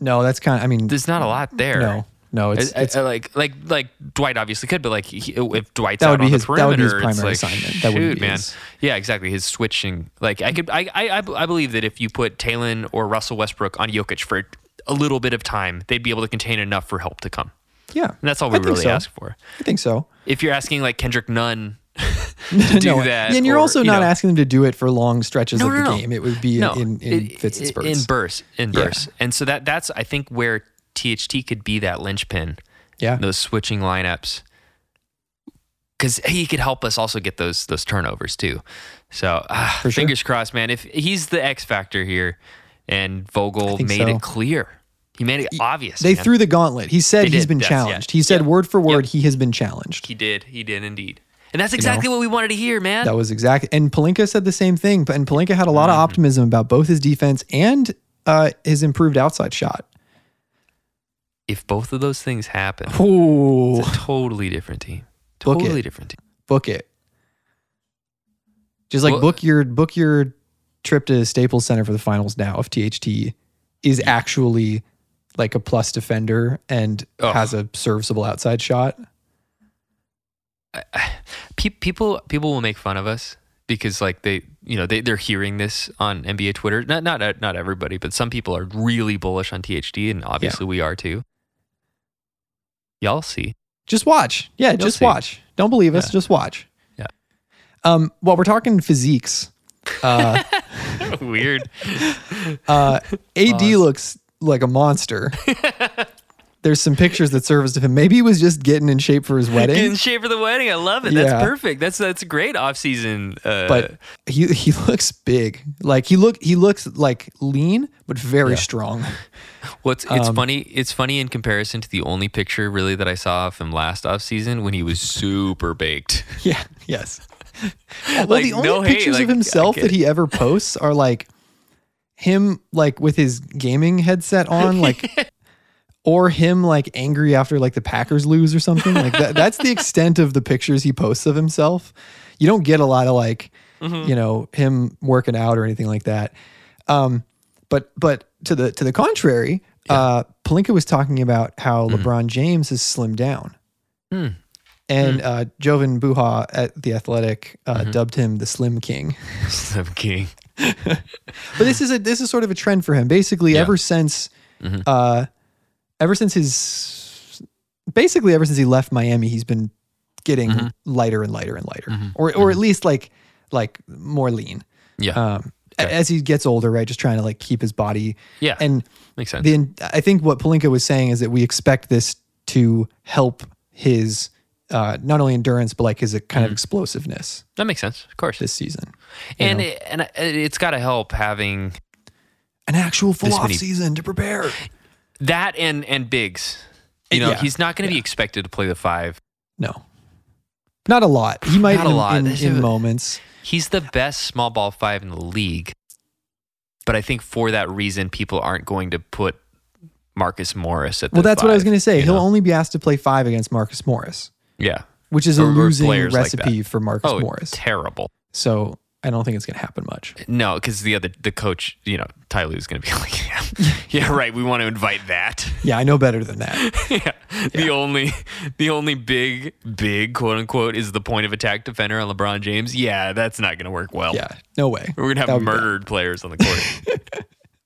no, that's kind of. I mean,
There's not a lot there.
Mm. no, no. It's,
I- I-
it's
I like like like Dwight obviously could, but like he, if Dwight's
That would
out
be
on
his-
the perimeter,
that would be his
it's
primary
like,
assignment.
Shoot,
That wouldn't be
man.
his-
Yeah, exactly. His switching, like I could, I, I, I b- I believe that if you put Talon or Russell Westbrook on Jokic for a little bit of time, they'd be able to contain enough for help to come.
yeah.
And that's all we
I think
really
so.
ask for.
I think so.
If you're asking like Kendrick Nunn to do
No,
that,
and you're
or,
also
you
not
know-
asking them to do it for long stretches
no,
of
no,
the
no.
game. It would be
No,
in, in
it-
fits and
it-
spurts.
In bursts, in
Yeah.
bursts. And so that that's I think where THT could be that linchpin.
yeah.
those switching lineups because he could help us also get those those turnovers too. So ah,
For sure.
fingers crossed, man. If he's the X factor here, and Vogel
think
made
so.
it clear, he made it obvious.
They
man.
threw the gauntlet. He said
They
he's
did.
been
Yes, yeah.
challenged. He said
Yeah.
word for word he has been challenged.
He did. He did indeed. And that's exactly what we wanted to hear, man.
That was exactly. And Palinka said the same thing. But and Palinka had a
Mm-hmm.
lot of optimism about both his defense and uh, his improved outside shot.
if both of those things happen,
Ooh,
it's a totally different team.
Book it.
Totally different team.
book it. Just like
Well-
book your book your trip to Staples Center for the finals now. If THT is actually like a plus defender and
Oh.
has a serviceable outside shot,
Pe- people people will make fun of us because like they you know they they're hearing this on NBA Twitter. Not not not everybody, but some people are really bullish on THD, and obviously we are too. Y'all see,
just watch. Yeah, just
see.
watch. Don't believe us.
Yeah.
Just watch.
Yeah.
Um, while we're talking physiques, uh,
weird.
Uh, AD
Pause.
looks like a monster. There's some pictures that surfaced of him. Maybe he was just getting in shape for his
Get in
wedding,
shape for the wedding. I love it.
Yeah.
That's perfect. That's that's a great off season. Uh,
but he he looks big. Like he look he looks like lean but very strong.
what's it's
um,
funny? It's funny in comparison to the only picture really that I saw of him last off season when he was super baked.
Yeah. Yes. well,
Like,
the only
no hate,
pictures
like,
of
I
himself that
get
he ever posts are like him like with his gaming headset on, like or him like angry after like the Packers lose or something. Like that, that's the extent of the pictures he posts of himself. You don't get a lot of like you know him working out or anything like that. Um, but but to the to the contrary, uh, Palinka was talking about how LeBron James has slimmed down. And uh, Jovan Buha at The Athletic uh, dubbed him the Slim King.
Some king.
But this is a this is sort of a trend for him. Basically,
Yeah.
ever since, uh, ever since his, basically ever since he left Miami, he's been getting lighter and lighter and lighter, or or at least like like more lean.
Yeah.
Um, a-
Okay.
As he gets older, right, just trying to like keep his body.
yeah.
And
makes sense.
the I think what Palinka was saying is that we expect this to help his uh, not only endurance but like his uh,
Mm-hmm.
kind of explosiveness
that makes sense. Of course.
this season. you
and
know?
it, and it- it's got to help having
an actual full
This
off
many-
season to prepare.
that and and Biggs. You know,
Yeah,
he's not going to be expected to play the five.
No, not a lot. He might
Not a
in,
lot.
in,
This
in
is-
moments.
He's the best small ball five in the league. But I think for that reason, people aren't going to put Marcus Morris at the
Well, that's what I was
five,
going to say.
you
He'll
know?
only be asked to play five against Marcus Morris,
yeah.
which is a
Or- or
losing
players like that.
recipe for Marcus
Oh,
Morris.
terrible.
So I don't think it's going to happen much.
No, because the other the coach, you know, Ty Lue's going to be like, yeah, yeah, right. We want to invite that.
Yeah, I know better than that.
yeah. The only the only big big quote unquote is the point of attack defender on LeBron James. Yeah, that's not going to work well.
Yeah, no way.
We're going to
That would
have
be bad.
murdered players on the court.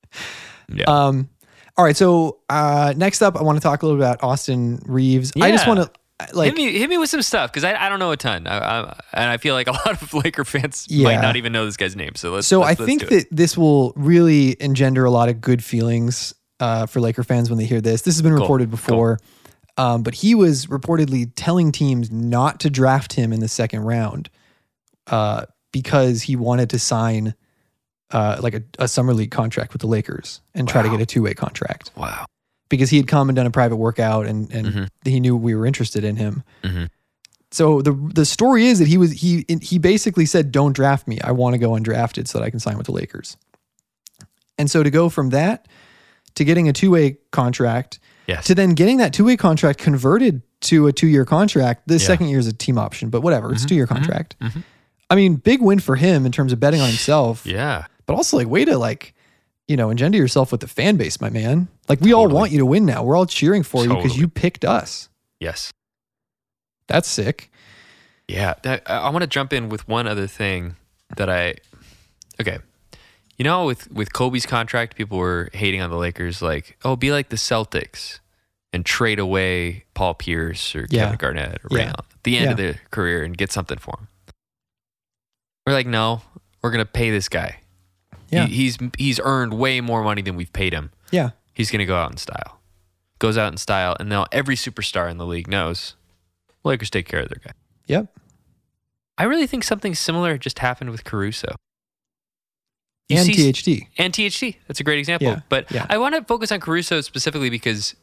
yeah.
Um, all right. So uh, next up, I want to talk a little about Austin Reeves. I just
Yeah.
want to like
hit me hit me with some stuff because I, I don't know a ton. I, I, and I feel like a lot of Laker fans
Yeah.
might not even know this guy's name. So let's
So
let's-
I
let's
think
do it.
that this will really engender a lot of good feelings uh, for Laker fans when they hear this. This has been reported before, um, but he was reportedly telling teams not to draft him in the second round uh, because he wanted to sign uh, like a, a summer league contract with the Lakers and try to
Wow.
get a two way contract
wow.
because he had come and done a private workout and and
Mhm.
he knew we were interested in him.
Mhm.
So the the story is that he was he he basically said, "Don't draft me. I want to go undrafted so that I can sign with the Lakers." And so to go from that to getting a two way contract
Yes.
to then getting that two way contract converted to a two year contract. The
Yeah.
second year is a team option, but whatever, it's
Mhm,
two year
mhm,
contract.
mhm.
I mean, big win for him in terms of betting on himself
yeah.
but also like way to like you know engender yourself with the fan base my man like we all
Totally.
want you to win now we're all cheering for you because
Totally.
you picked us
Yes.
that's sick
Yeah. That, I, I want to jump in with one other thing that I. Okay. You know, with with Kobe's contract, people were hating on the Lakers, like, "Oh, be like the Celtics and trade away Paul Pierce or
Yeah.
Kevin Garnett or
Yeah.
Ray Allen at the end of their career and get something for him." We're like, "No, we're gonna pay this guy.
Yeah.
He, he's he's earned way more money than we've paid him.
yeah
He's gonna go out in style. Goes out in style, and now every superstar in the league knows Lakers take care of their guy."
yep
I really think something similar just happened with Caruso. You
and
see-
thd
And THT. That's a great example.
Yeah,
But
yeah.
I want to focus on Caruso specifically because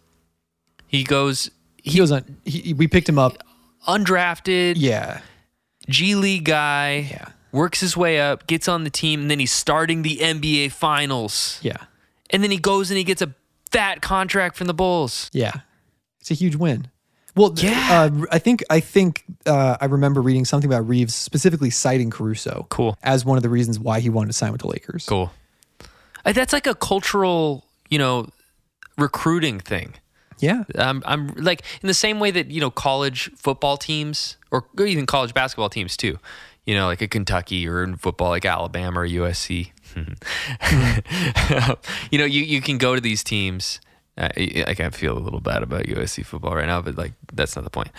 he goes
he, goes on he, he- we picked him up
undrafted,
yeah
G League guy,
yeah
works his way up, gets on the team, and then he's starting the NBA finals.
yeah
And then he goes and he gets a fat contract from the Bulls.
yeah it's a huge win well th-
Yeah.
uh, i think i think uh, i remember reading something about reeves specifically citing caruso
Cool.
as one of the reasons why he wanted to sign with the lakers
Cool. Uh, That's like a cultural, you know, recruiting thing.
yeah
I'm, I'm like in the same way that you know college football teams or even college basketball teams too. You know, like a Kentucky or in football, like Alabama or USC. you know, you, you can go to these teams. Uh, I, I can feel a little bad about USC football right now, but like that's not the point.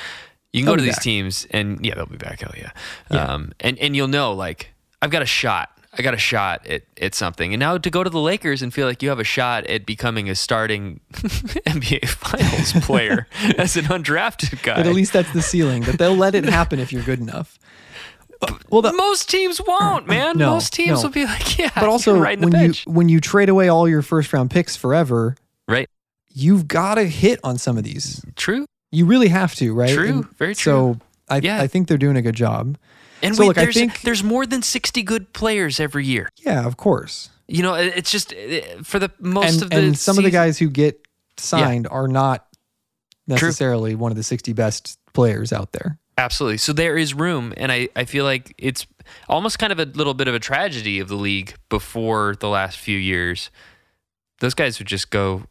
You can go
They'll
to
be
these
back.
teams and yeah, they'll be back. Hell yeah. Um, and, and you'll know like I've got a shot. I got a shot at, at something. And now to go to the Lakers and feel like you have a shot at becoming a starting NBA finals player as an undrafted guy.
but at least that's the ceiling that they'll let it happen if you're good enough well the,
most teams won't, man.
No,
most teams
no.
will be like, yeah,
but also
Ah, you're right in the
when you
bench.
when you trade away all your first round picks forever,
right.
you've got to hit on some of these.
True.
You really have to, right?
True,
And
very
So I
Yeah.
I think they're doing a good job.
And
So,
we,
look, I
there's,
think-
there's more than 60 good players every year.
Yeah, of course.
You know, it- it's just uh, for the most
And
of the
and some of the
season-
guys who get signed are not necessarily one of the 60 best players out there.
Absolutely. So there is room. And I, I feel like it's almost kind of a little bit of a tragedy of the league before the last few years. Those guys would just go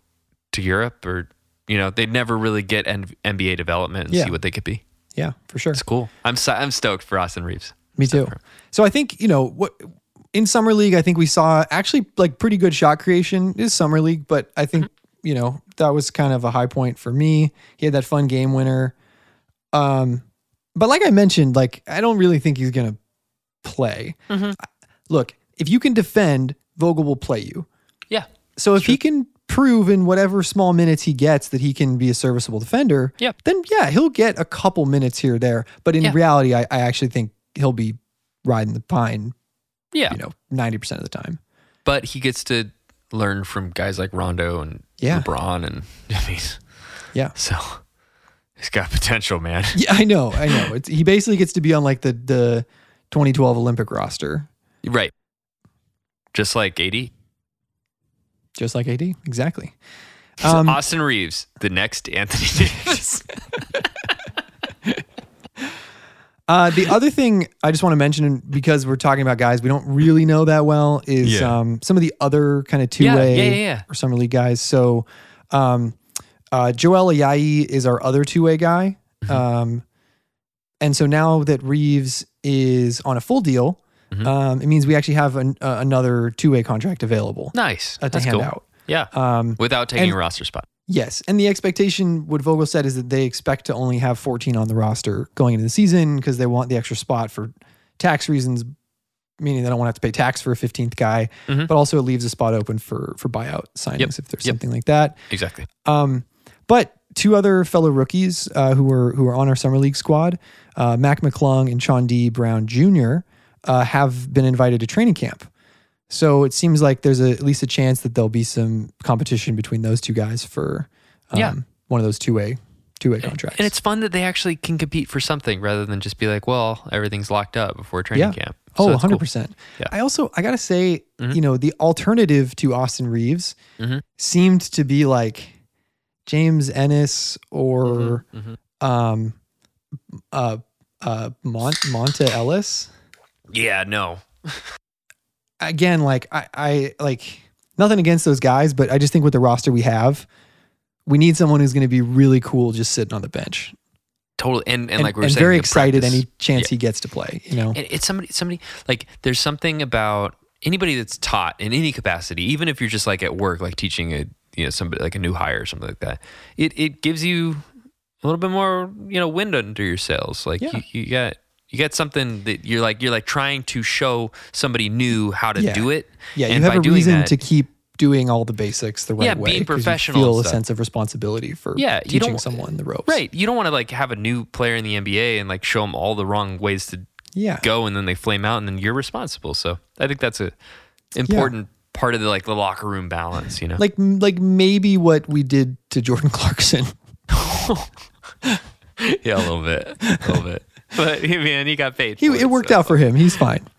to Europe or, you know, they'd never really get N- NBA development and
Yeah.
see what they could be.
Yeah, for sure.
It's cool. I'm, so, I'm stoked for Austin Reeves.
Me too. So I think you know what in summer league. I think we saw actually like pretty good shot creation It is summer league, but I think you know that was kind of a high point for me. He had that fun game winner. Um, but like I mentioned, like I don't really think he's gonna play. Look, if you can defend, Vogel will play you.
Yeah.
So if he can prove in whatever small minutes he gets that he can be a serviceable defender,
Yeah.
then yeah, he'll get a couple minutes here or there. But in
Yeah.
reality, I, I actually think he'll be riding the pine,
Yeah.
you know, ninety percent of the time.
But he gets to learn from guys like Rondo and
Yeah.
LeBron. And I mean,
Yeah.
So he's got potential, man.
Yeah, I know, I know. It's, he basically gets to be on like the the 2012 Olympic roster,
Right. Just like 80.
just like AD. Exactly. Um,
Austin Reeves, the next Anthony Davis.
Uh, the other thing I just want to mention, because we're talking about guys we don't really know that well, is
Yeah.
um, some of the other kind of two way
Yeah, yeah, yeah, yeah.
or summer league guys. So, um, uh, Joel Ayayi is our other two way guy,
Mm-hmm.
um, and so now that Reeves is on a full deal,
Mm-hmm.
um, it means we actually have an, uh, another two way contract available
nice.
uh, to
That's
hand
cool.
out.
Yeah.
Um,
Without taking
and-
a roster spot.
Yes. And the expectation, what Vogel said, is that they expect to only have 14 on the roster going into the season because they want the extra spot for tax reasons, meaning they don't want to have to pay tax for a 15th guy,
Mhm.
but also it leaves a spot open for for buyout signings if there's
Yep.
something like that.
Exactly.
Um, but two other fellow rookies uh, who were who are on our summer league squad, uh, Mac McClung and Sean D. Brown Jr. Uh, have been invited to training camp. So it seems like there's a, at least a chance that there'll be some competition between those two guys for um,
Yeah.
one of those two way two way contracts.
And it's fun that they actually can compete for something rather than just be like, well, everything's locked up before training
Yeah.
camp.
Oh,
that's cool.
100%.
Yeah. Mm-hmm.
I also, I got to say, you know, the alternative to Austin Reeves
Mhm.
seemed to be like James Ennis or
Mhm.
um, uh, uh, Mont- Monta Ellis.
Yeah, no.
Again, like, I, I, like, nothing against those guys, but I just think with the roster we have, we need someone who's going to be really cool just sitting on the bench
Totally. And, and, like we we're
and
saying,
very
the
excited
practice-
any chance
Yeah.
he gets to play, you know?
And it's somebody, somebody like there's something about anybody that's taught in any capacity, even if you're just like at work, like teaching a you know somebody like a new hire or something like that. It it gives you a little bit more you know wind under your sails. Like
Yeah.
you, you got you got something that you're like you're like trying to show somebody new how to
Yeah.
do it.
Yeah, you
And by
have a
doing
reason
that-
to keep doing all the basics the right
Yeah,
way.
being
'cause you
professional and
feel a
stuff.
sense of responsibility for
Yeah, you
teaching
don't-
someone the ropes.
Right. You don't want to like have a new player in the NBA and like show them all the wrong ways to
Yeah.
go and then they flame out and then you're responsible. So I think that's a important part of the like the locker room balance, you know.
Like like maybe what we did to Jordan Clarkson.
yeah, a little bit, a little bit. But hey, man, he got paid.
He,
for
it worked
so
out for him. He's fine.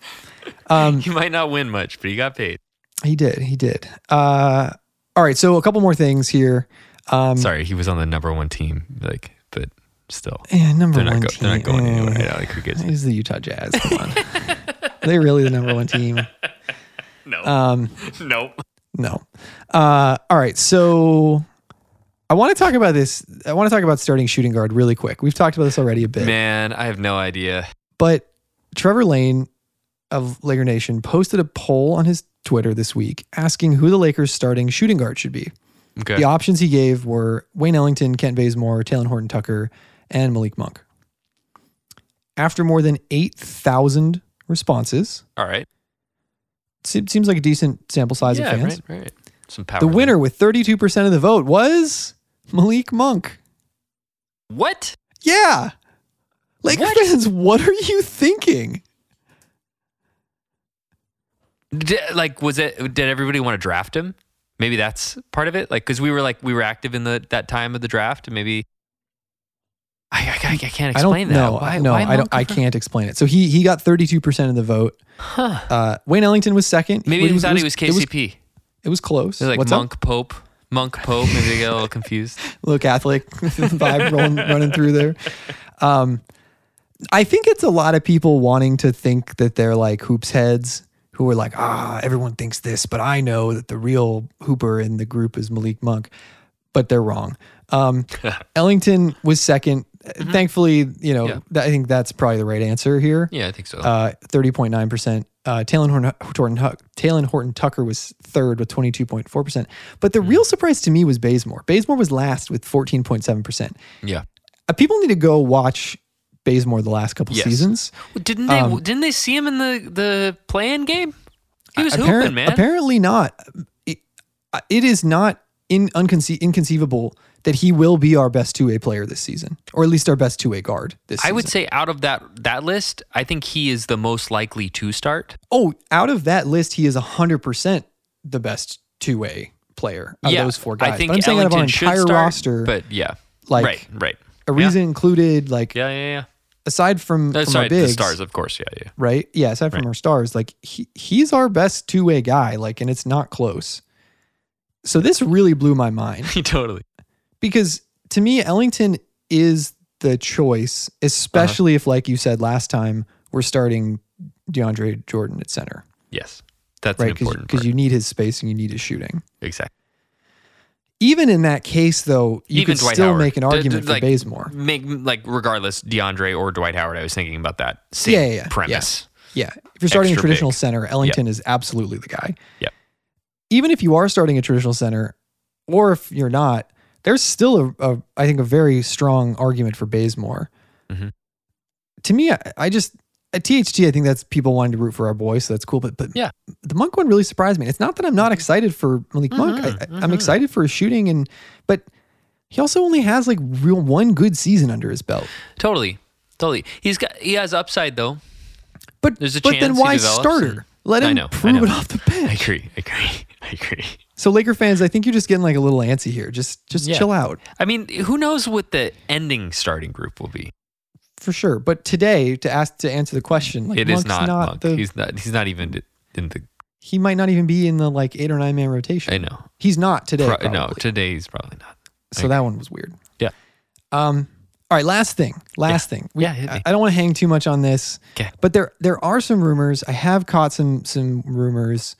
He might not win much, but he got paid.
He did. He did. Uh, all right. So a couple more things here. Um,
Sorry, he was on the number one team, like, but still,
eh, number
they're not,
one
go-
team.
they're not going
eh,
anywhere. Yeah, like who gets
He's the Utah Jazz. Come on. They're really the number one team.
no,
Um,
no.
No. Uh, all right. So I want to talk about this. I want to talk about starting shooting guard really quick. We've talked about this already a bit,
Man, I have no idea.
but Trevor Lane of Laker Nation posted a poll on his Twitter this week asking who the Lakers starting shooting guard should be.
Okay,
The options he gave were Wayne Ellington, Kent Bazemore, Taylor Horton Tucker, and Malik Monk. After more than 8,000 responses,
all right.
it seems like a decent sample size
yeah,
of fans.
right, right. Some power.
The
there.
winner with 32% of the vote was Malik Monk.
What?
Yeah. Laker
What?
fans, what are you thinking?
D- like, was it? Did everybody want to draft him? Maybe that's part of it. Like, because we were like we were active in the that time of the draft, and maybe. I, I, I can't
I don't
explain that.
know.
Why,
no,
why
I don't
Monk
I
over-
can't explain it. So he he got 32% of the vote.
Huh.
Uh, Wayne Ellington was second.
Maybe
It
they thought he was
It was,
KCP.
it was close.
They're like
What's
Monk Pope. Monk Pope. Maybe they got a little confused.
up? Little Catholic vibe rolling, running through there. Um, I think it's a lot of people wanting to think that they're like hoops heads who are like, ah, everyone thinks this, but I know that the real hooper in the group is Malik Monk, but they're wrong. Um, Ellington was 2nd Thankfully, you know,
Yeah.
that, I think that's probably the right answer here.
Yeah, I think so.
Uh, 30.9%. Uh, Talon Horton, Horton, Huck- Talon Horton Tucker was third with 22.4%. But
Hmm.
the real surprise to me was Bazemore. Bazemore was last with 14.7%.
yeah.
Uh, people need to go watch Bazemore the last couple
Yes.
seasons.
Well, didn't they?
um,
didn't they see him in the the playing game? He was
Apparent-
hooping, man.
Apparently not. It, uh, it is not in, unconce- inconceivable that he will be our best two way player this season, or at least our best two way guard this
I
season.
would say out of that that list, I think he is the most likely to start.
Oh, out of that list, he is 100% the best two way player out
yeah,
of those four guys.
I think
but I'm saying out of
Ellington
our
should
entire
start,
roster,
But yeah,
like
right, right.
a reason included, like
Yeah, yeah,
aside from,
yeah. Uh,
from
sorry,
our bigs,
the stars, of course. Yeah, yeah.
right? Yeah, aside from our stars, like he, he's our best two way guy, like, and it's not close. So this really blew my mind
totally.
because to me, Ellington is the choice,
Uh-huh.
especially if, like you said last time, we're starting DeAndre Jordan at center,
Yes. That's
right?
an important
Because
part.
you need his space and you need his shooting.
exactly.
Even in that case, though, you
Even
could
Dwight
still
Howard.
make an
D- d-
argument
like,
for Bazemore.
Make like regardless DeAndre or Dwight Howard. I was thinking about that same
Yeah, yeah, yeah.
premise.
Yeah. If you're starting a
Extra
traditional
big.
center, Ellington is absolutely the guy.
Yep.
Even if you are starting a traditional center, or if you're not, there's still a, a I think a very strong argument for Bazemore.
Mhm.
To me, I, I just at THT, I think that's people wanting to root for our boy, so that's cool. But but
Yeah. Mm-hmm.
the Monk one really surprised me. It's not that I'm not excited for Malik Monk. I,
Mhm,
I- I'm
mhm.
excited for his shooting, and but he also only has like real one good season under his belt.
Totally. Totally. He's got he has upside though.
But
There's a
but
chance
then
he
why
develops
starter?
and-
Let
I
him
know, I
prove
know.
it off the bench.
I agree. I agree. I agree.
So Laker fans, I think you're just getting like a little antsy here. Just just
Yeah.
chill out
I mean, who knows what the ending starting group will be?
for sure. But today, to ask to answer the question, like
It is
Monk's
not, Monk.
the
he's not he's not even in the
he might not even be in the like eight or nine man rotation.
I know.
He's not today.
Pro- no,
probably.
today he's probably not.
so that one was weird.
Yeah.
Um. All right. Last thing. Last thing.
Yeah, hit
I,
me.
I don't want to hang too much on this.
'Kay.
But there there are some rumors. I have caught some some rumors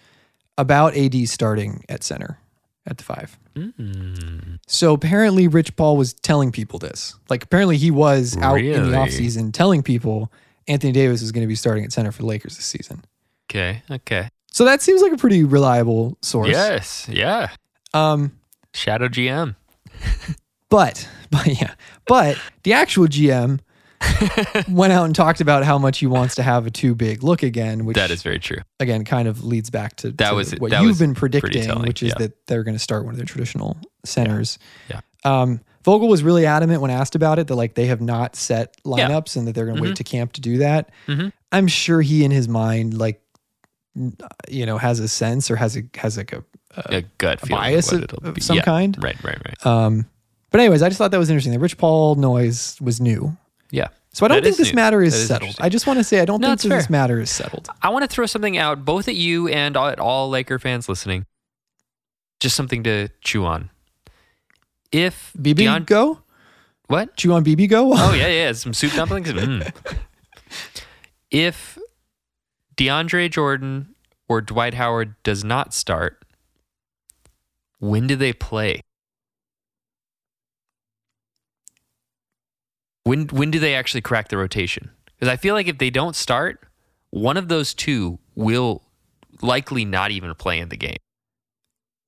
about AD starting at center at the five.
Mm.
So apparently, Rich Paul was telling people this. Like, apparently, he was out in
Really?
the offseason telling people Anthony Davis is going to be starting at center for the Lakers this season.
Okay. Okay.
So that seems like a pretty reliable source.
Yes. Yeah.
Um,
Shadow GM.
but, but yeah, but the actual GM went out and talked about how much he wants to have a too big look again, which
That is very true.
again kind of leads back to,
That
to
was-
what
that
you've
was
been
pretty
predicting,
telling,
which is
yeah.
that they're going to start one of their traditional centers.
Yeah.
Um, Vogel was really adamant when asked about it that like they have not set lineups and that they're going to
Mhm.
wait to camp to do that.
Mhm.
I'm sure he in his mind like n- you know has a sense or has a has like a,
A gut
a
feeling.
bias
what
of,
it'll
of
be.
some
Yeah.
kind.
Right. Right. Right.
Um, but anyways, I just thought that was interesting. The Rich Paul noise was new.
Yeah.
So I don't
That
think
is
this
new.
matter is,
That is
settled.
interesting.
I just want to say I don't
No,
think
it's
that this
fair.
matter is settled.
I want to throw something out, both at you and all- at all Laker fans listening. Just something to chew on. If
BB
Deon-
go?
what?
Chew on BB go?
Oh yeah, yeah, some soup dumplings. Mm. If DeAndre Jordan or Dwight Howard does not start, when do they play? When when do they actually crack the rotation? Because I feel like if they don't start, one of those two will likely not even play in the game.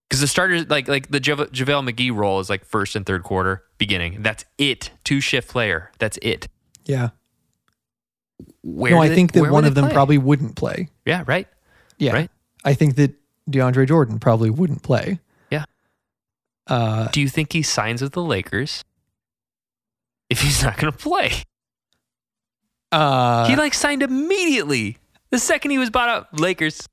Because the starters, like like the Jav- JaVale McGee role is like first and third quarter beginning. That's it. Two shift player. That's it.
yeah.
Where
no,
do
I
they-
think
where
that
will
one
they
of them
play?
probably wouldn't play.
Yeah. Right.
Yeah.
Right.
I think that DeAndre Jordan probably wouldn't play.
Yeah.
Uh,
Do you think he signs with the Lakers if he's not going to play?
uh,
he like signed immediately the second he was bought out. Lakers.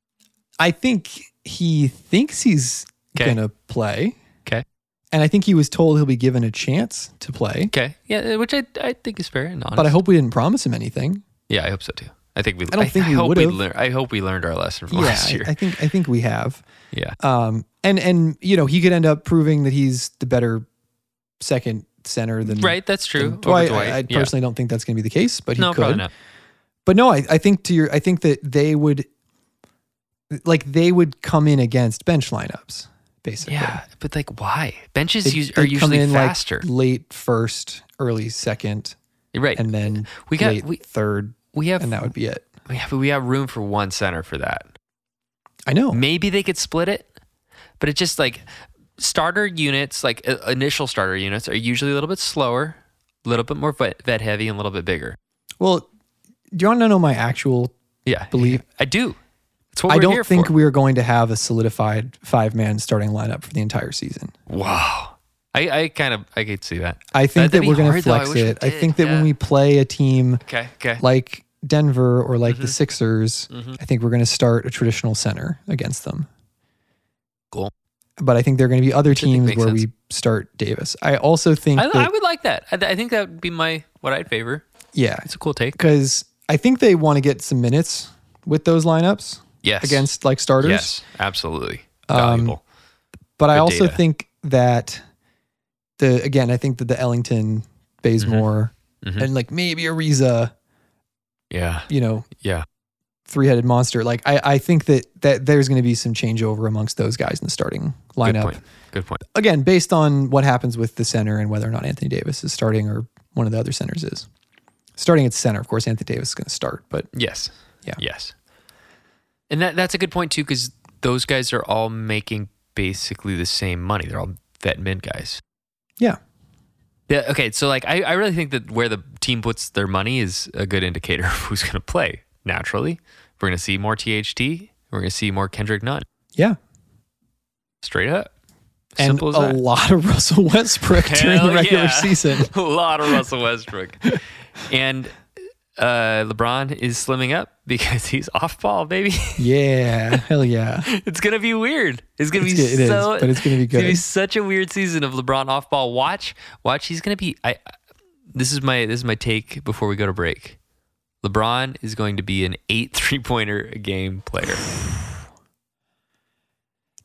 I think he thinks he's
'Kay.
going to play.
'Kay.
And I think he was told he'll be given a chance to play.
Okay. Yeah, uh, which I I think is fair and honest.
But I hope we didn't promise him anything.
Yeah, I hope so too. I think we. I
don't think we
hope
would've.
lear- I hope we learned our lesson from
yeah,
last year.
I, I think I think we have.
yeah.
Um, and and you know he could end up proving that he's the better second center than
Right. That's
than
true. Over
Dwight.
Dwight.
I, I
Yeah.
personally don't think that's going to be the case, but he
no,
could.
probably not.
But no, I, I think to your I think that they would like they would come in against bench lineups, basically.
Yeah, but like, why? Benches
They'd-
us- are
they'd come
usually
in, like,
faster,
late first, early second,
right?
and then
We got-
late
we-
third,
we have
and that would be it.
we have we have room for one center for that.
I know.
Maybe they could split it, but it's just like starter units, like uh, initial starter units, are usually a little bit slower, a little bit more vet, vet heavy, and a little bit bigger.
Well, do you want to know my actual?
Yeah,
Believe-
I do. That's what
I
we're
don't
here
think
for.
we are going to have a solidified five man starting lineup for the entire season.
wow. I, I kind of I could see that.
I think
That'd
that
be
we're going to
hard, though. I
flex
wish we
it. I
did,
think that when
yeah.
we play a team
Okay. Okay.
like Denver or like
Mm-hmm.
the Sixers, I think we're going to start a traditional center against them.
Cool.
But I think there are going to be other
think
teams
makes
where
sense.
we start Davis. I also think
I, I
that,
would like that. I, I think that would be my what I'd favor.
yeah,
It's a cool take.
because I think they want to get some minutes with those lineups
Yes.
against like starters.
Yes. Absolutely.
Um,
Valuable.
But I
Good
also
data.
think that the again, I think that the Ellington, Baysmore,
Mhm.
and like maybe Ariza,
Yeah.
you know,
Yeah.
three-headed monster. Like I, I think that that there's going to be some changeover amongst those guys in the starting
Good
lineup.
point. Good point.
Again, based on what happens with the center and whether or not Anthony Davis is starting or one of the other centers is starting at center. Of course, Anthony Davis is going to start, but
Yes.
Yeah.
Yes. And that that's a good point too, because those guys are all making basically the same money. They're all vet men guys.
yeah,
Yeah. Okay. So like, I, I really think that where the team puts their money is a good indicator of who's going to play. Naturally, we're going to see more THT. We're going to see more Kendrick Nunn.
yeah,
Straight up.
and a
Simple as that.
lot of Russell Westbrook during
Hell
the regular
yeah.
season.
a lot of Russell Westbrook. and uh, LeBron is slimming up because he's off ball, baby.
Yeah, hell yeah.
it's gonna be weird. It's gonna
It's
be
good- it is,
so.
but it's gonna be
It's gonna be
good.
such a weird season of LeBron off ball. Watch, watch. He's gonna be. I. I- This is my this is my take before we go to break. LeBron is going to be an eight three pointer a game player.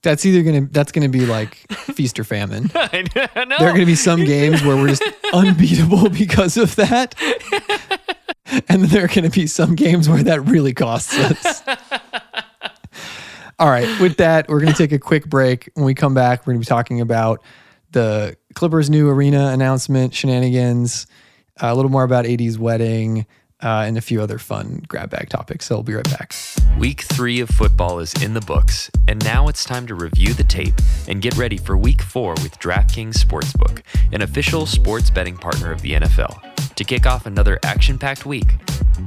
That's either gonna that's gonna be like feast or famine.
I know.
There are going to be some games where we're just unbeatable because of that. And then there are going to be some games where that really costs us. All right. With that, we're going to take a quick break. When we come back, we're going to be talking about the Clippers' new arena announcement, shenanigans, uh, a little more about 80's wedding, uh, and a few other fun grab bag topics. So we'll be right back.
Week three of football is in the books, and now it's time to review the tape and get ready for week four with DraftKings Sportsbook, an official sports betting partner of the NFL. To kick off another action packed week,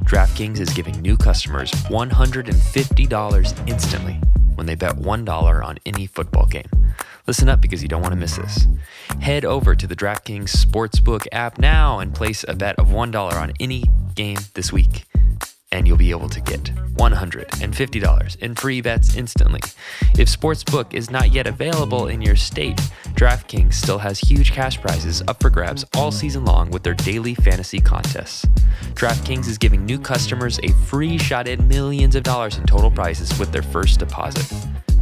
DraftKings is giving new customers $150 instantly when they bet $1 on any football game. Listen up because you don't want to miss this. Head over to the DraftKings Sportsbook app now and place a bet of $1 on any game this week and you'll be able to get $150 in free bets instantly. If Sportsbook is not yet available in your state, DraftKings still has huge cash prizes up for grabs all season long with their daily fantasy contests. DraftKings is giving new customers a free shot at millions of dollars in total prizes with their first deposit.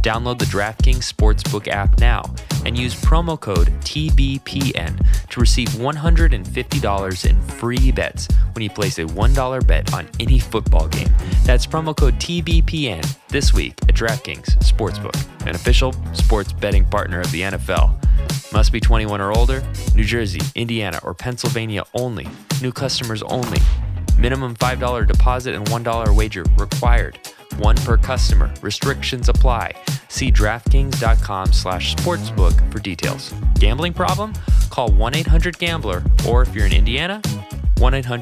Download the DraftKings Sportsbook app now and use promo code TBPN to receive $150 in free bets when you place a $1 bet on any football game. That's promo code TBPN this week at DraftKings Sportsbook, an official sports betting partner of the NFL. Must be 21 or older, New Jersey, Indiana, or Pennsylvania only, new customers only. Minimum $5 deposit and $1 wager required. One per customer. Restrictions apply. See DraftKings.com slash sportsbook for details. Gambling problem? Call 1-800-GAMBLER or if you're in Indiana,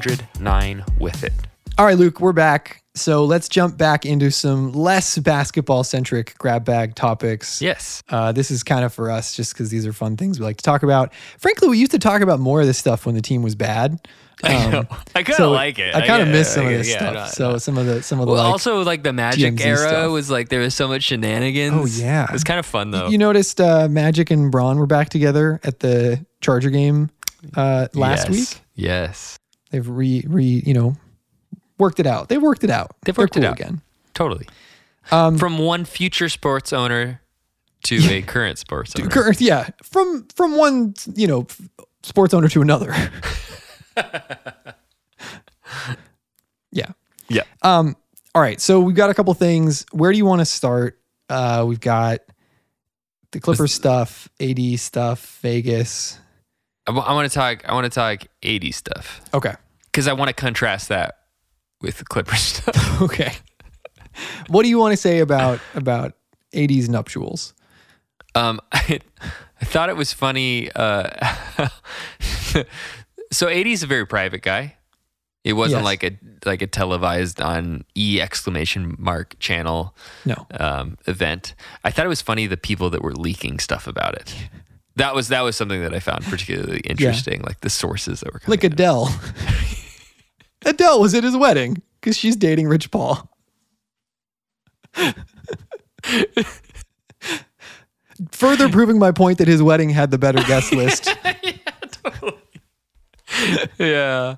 1-800-9-WITH-IT.
All right, Luke, we're back. So let's jump back into some less basketball centric grab bag topics.
Yes.
Uh, this is kind of for us just because these are fun things we like to talk about. Frankly, we used to talk about more of this stuff when the team was bad.
I know.
Um,
I kind of
so
like it.
I kind of
get-
miss some
I
of
get-
this
yeah,
stuff.
no,
so some of the some of the
Well,
like,
also like the Magic
TMZ
era
stuff.
was like there was so much shenanigans.
Oh, yeah.
it was kind of fun though.
you noticed uh, Magic and Braun were back together at the Charger game uh, last
Yes.
week.
Yes,
They've re re you know worked it out. They worked it out.
They've
They're
worked it
cool
out.
again.
totally.
Um,
From one future sports owner to a current sports owner.
Cur- yeah, from from one you know f- sports owner to another. yeah.
Yeah.
Um. All right. So we've got a couple things. Where do you want to start? Uh, we've got the Clippers stuff, AD stuff, Vegas.
I, want to talk. I want to talk eighty stuff
Okay.
because I want to contrast that with Clipper stuff.
Okay. what do you want to say about about AD's nuptials?
um, I, I thought it was funny. Uh, so eighty is a very private guy. It wasn't
Yes.
like a like a televised on e exclamation mark channel
No.
um, event. I thought it was funny the people that were leaking stuff about it. That was that was something that I found particularly interesting, like the sources that were coming.
Like Adele. Adele was at his wedding because she's dating Rich Paul. Further proving my point that his wedding had the better guest list.
yeah.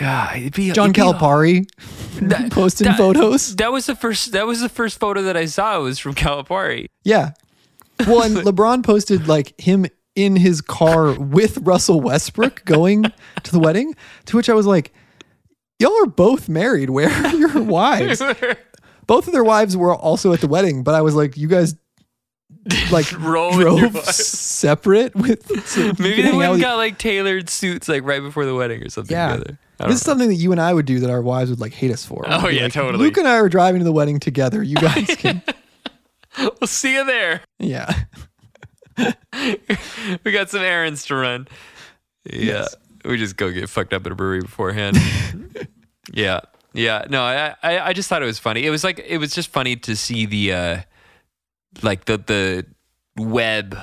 Ah, it'd be,
John
it'd be-
Calipari posting
that-
photos.
That was the first. That was the first photo that I saw. was from Calipari.
Yeah. Well, and LeBron posted like him in his car with Russell Westbrook going to the wedding, to which I was like, y'all are both married. Where are your wives? Both of their wives were also at the wedding, but I was like, you guys like
Roll with your
drove
wives.
separate with so
Maybe
you
they
hang out
went
with-
and got like tailored suits like right before the wedding or something
Yeah.
together. I don't
This is something that you and I would do that our wives would like hate us for.
Oh,
We'd be
yeah,
like,
totally.
Luke and I are driving to the wedding together. You guys can,
know. We'll see you there.
yeah.
we got some errands to run. Yeah.
Yes.
We just go get fucked up at a brewery beforehand. yeah. Yeah. No, I, I I just thought it was funny. It was like it was just funny to see the uh like the the web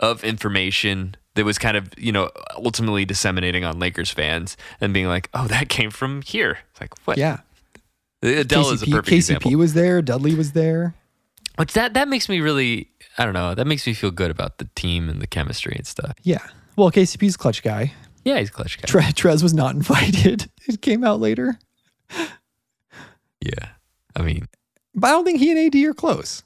of information that was kind of, you know, ultimately disseminating on Lakers fans and being like, "Oh, that came from here." It's like, "What?"
Yeah.
Adele is a
KCP,
perfect
KCP
example.
was there. Dudley was there.
Which that that makes me really I don't know, that makes me feel good about the team and the chemistry and stuff.
Yeah. Well, KCP's a clutch guy.
Yeah, he's a clutch guy.
Tre- Trez was not invited. It came out later.
Yeah. I mean,
But I don't think he and AD are close.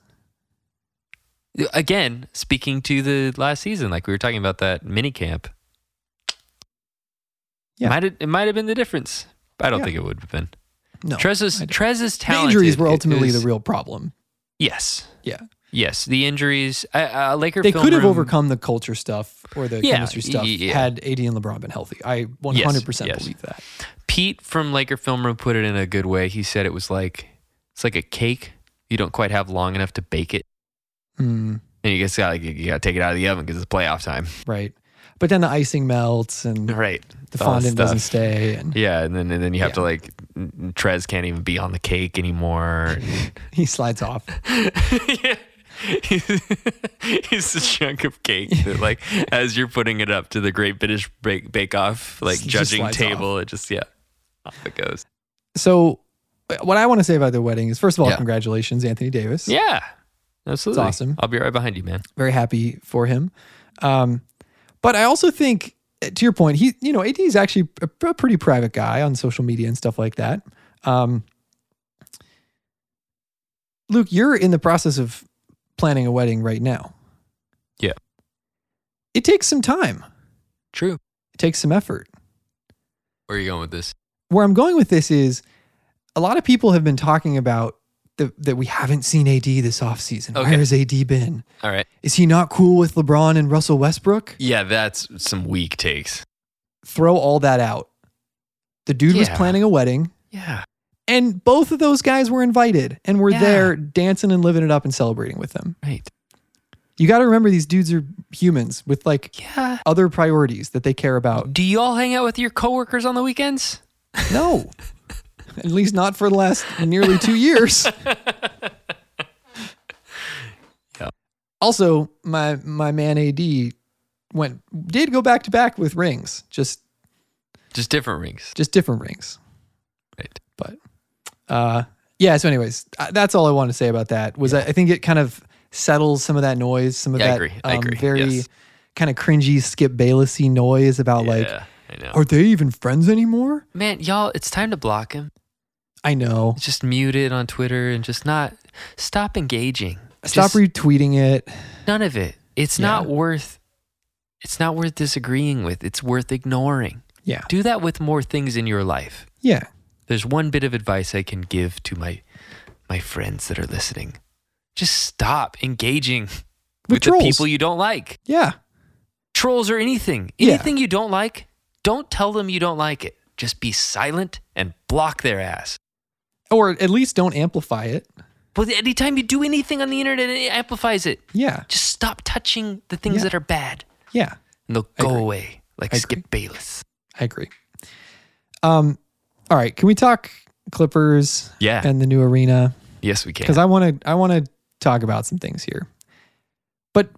again, speaking to the last season, like we were talking about that mini camp.
Yeah.
Might have, it might have been the difference. I don't
Yeah.
think it would have been.
No.
Trez's
I don't-
Trez's
the
talent.
injuries were ultimately the real problem.
Yes.
Yeah.
Yes. The injuries. Uh, uh, Laker
They
film
could have
room-
overcome the culture stuff or the
Yeah,
chemistry stuff
y- yeah.
had AD and LeBron been healthy. I 100%
yes.
believe that.
Pete from Laker Film Room put it in a good way. He said it was like it's like a cake. You don't quite have long enough to bake it,
Hmm.
and you just got like you got to take it out of the oven because it's playoff time.
right. But then the icing melts and
Right.
the
All that
fondant doesn't
stuff.
stay. And
Yeah, and then and then you have
Yeah.
to like n- n- Trez can't even be on the cake anymore.
he slides off.
yeah. He's, he's a chunk of cake that, like, as you're putting it up to the Great British Bake, bake Off, like
Just
judging
slides
table, it just yeah, off it goes.
So, what I want to say about the wedding is first of all,
Yeah.
congratulations, Anthony Davis.
Yeah, absolutely.
awesome.
I'll be right behind you, man.
Very happy for him. Um, but I also think, eh, to your point, he, you know, AD is actually a, a pretty private guy on social media and stuff like that. Um, Luke, you're in the process of planning a wedding right now.
Yeah.
It takes some time,
True.
it takes some effort.
Where are you going with this?
where I'm going with this is a lot of people have been talking about the, that we haven't seen AD this offseason.
Okay.
Where has AD been?
All right.
Is he not cool with LeBron and Russell Westbrook?
Yeah, that's some weak takes.
Throw all that out. The dude was
Yeah.
planning a wedding,
Yeah.
and both of those guys were invited and were
Yeah.
there dancing and living it up and celebrating with them.
Right.
You got to remember these dudes are humans with like
Yeah.
other priorities that they care about.
Do y'all hang out with your coworkers on the weekends?
No, at least not for the last nearly two years.
Yeah.
Also, my my man AD went did go back to back with rings, just
Just different rings.
just different rings.
Right.
But uh, yeah. So, anyways, I- that's all I want to say about that. Was I, I think it kind of settles some of that noise, some of
Yeah, I
that um,
agree. I agree.
very
Yes.
kind of cringy Skip Baylessy noise about like,
yeah, I know.
are they even friends anymore?
man, y'all, it's time to block him.
I know.
just mute it on Twitter and just not stop engaging.
Stop
Just
retweeting it.
none of it. It's
Yeah.
not worth. It's not worth disagreeing with. It's worth ignoring.
Yeah.
Do that with more things in your life.
Yeah.
There's one bit of advice I can give to my my friends that are listening. Just stop engaging with,
With,
the
trolls.
people you don't like.
yeah.
Trolls or anything.
Yeah.
Anything you don't like, don't tell them you don't like it. Just be silent and block their ass.
Or at least don't amplify it.
But anytime you do anything on the internet, it amplifies it.
Yeah.
just stop touching the things
Yeah.
that are bad
Yeah.
and they'll
I
go
agree.
away like
I
skip bayless
I agree. Um, all right. Can we talk Clippers
yeah
and the new arena?
yes we can
Because I want to I want to talk about some things here. But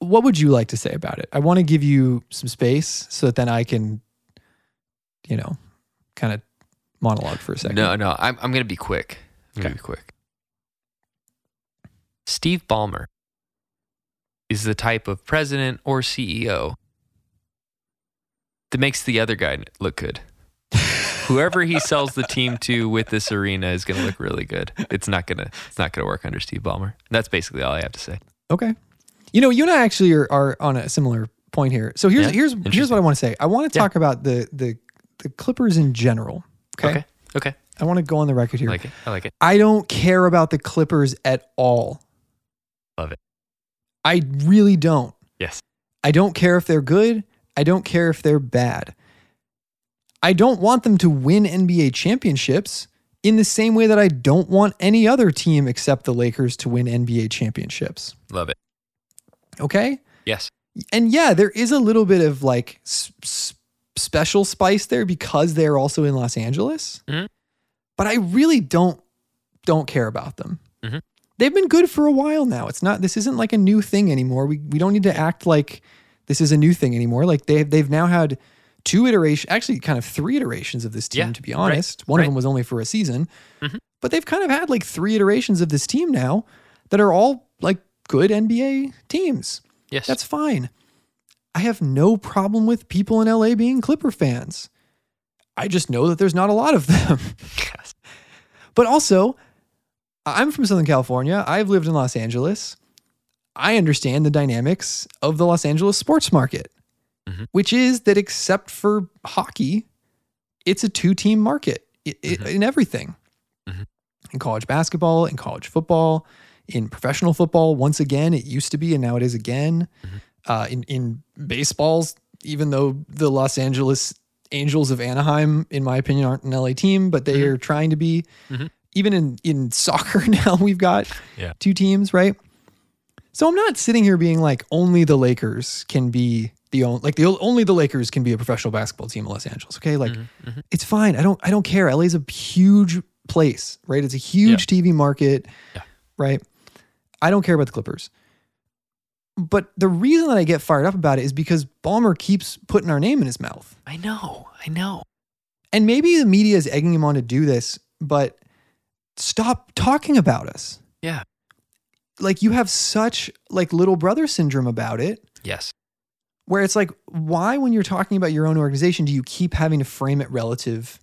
what would you like to say about it? I want to give you some space so that then I can, you know, kind of monologue for a second.
no no i'm, I'm gonna be quick i'm
Okay.
gonna be quick steve ballmer is the type of president or ceo that makes the other guy look good whoever he sells the team to with this arena is gonna look really good it's not gonna it's not gonna work under steve ballmer that's basically all i have to say
Okay. You know, you and I actually are, are on a similar point here. So here's
Yeah?
here's here's
Interesting.
what I want to say. I want to talk about the the the Clippers in general. Okay.
Okay. Okay.
I want to go on the record here.
I like it. I like it.
I don't care about the Clippers at all.
Love it.
I really don't.
Yes.
I don't care if they're good. I don't care if they're bad. I don't want them to win NBA championships in the same way that I don't want any other team except the Lakers to win NBA championships.
Love it.
Okay?
Yes.
And yeah, there is a little bit of like s- s- special spice there because they're also in Los Angeles.
Mhm.
But I really don't don't care about them.
Mhm.
They've been good for a while now. It's not this isn't like a new thing anymore. We we don't need to act like this is a new thing anymore. Like they they've now had two iterations, actually kind of three iterations of this team
Yeah,
to be
right,
honest. One
right.
of them was only for a season.
Mhm.
But they've kind of had like three iterations of this team now that are all like good NBA teams.
Yes.
That's fine. I have no problem with people in LA being Clipper fans. I just know that there's not a lot of them.
Yes.
But also, I- I'm from Southern California. I've lived in Los Angeles. I understand the dynamics of the Los Angeles sports market,
Mhm.
which is that except for hockey, it's a two team market i- i
Mhm.
in everything
Mhm.
in college basketball, in college football, in professional football. Once again, it used to be, and now it is again.
Mhm.
Uh, in, in baseballs, even though the Los Angeles Angels of Anaheim, in my opinion, aren't an LA team, but they
Mhm.
are trying to be even in in soccer now we've got
Yeah.
two teams right so i'm not sitting here being like only the lakers can be the only like the only the lakers can be a professional basketball team in los angeles okay like
Mhm, mhm.
it's fine i don't i don't care la's a huge place right it's a huge tv market
Yeah.
right i don't care about the clippers but the reason that i get fired up about it is because balmer keeps putting our name in his mouth
I know. I know.
and maybe the media is egging him on to do this, but stop talking about us.
Yeah.
Like you have such like little brother syndrome about it
Yes.
where it's like why when you're talking about your own organization do you keep having to frame it relative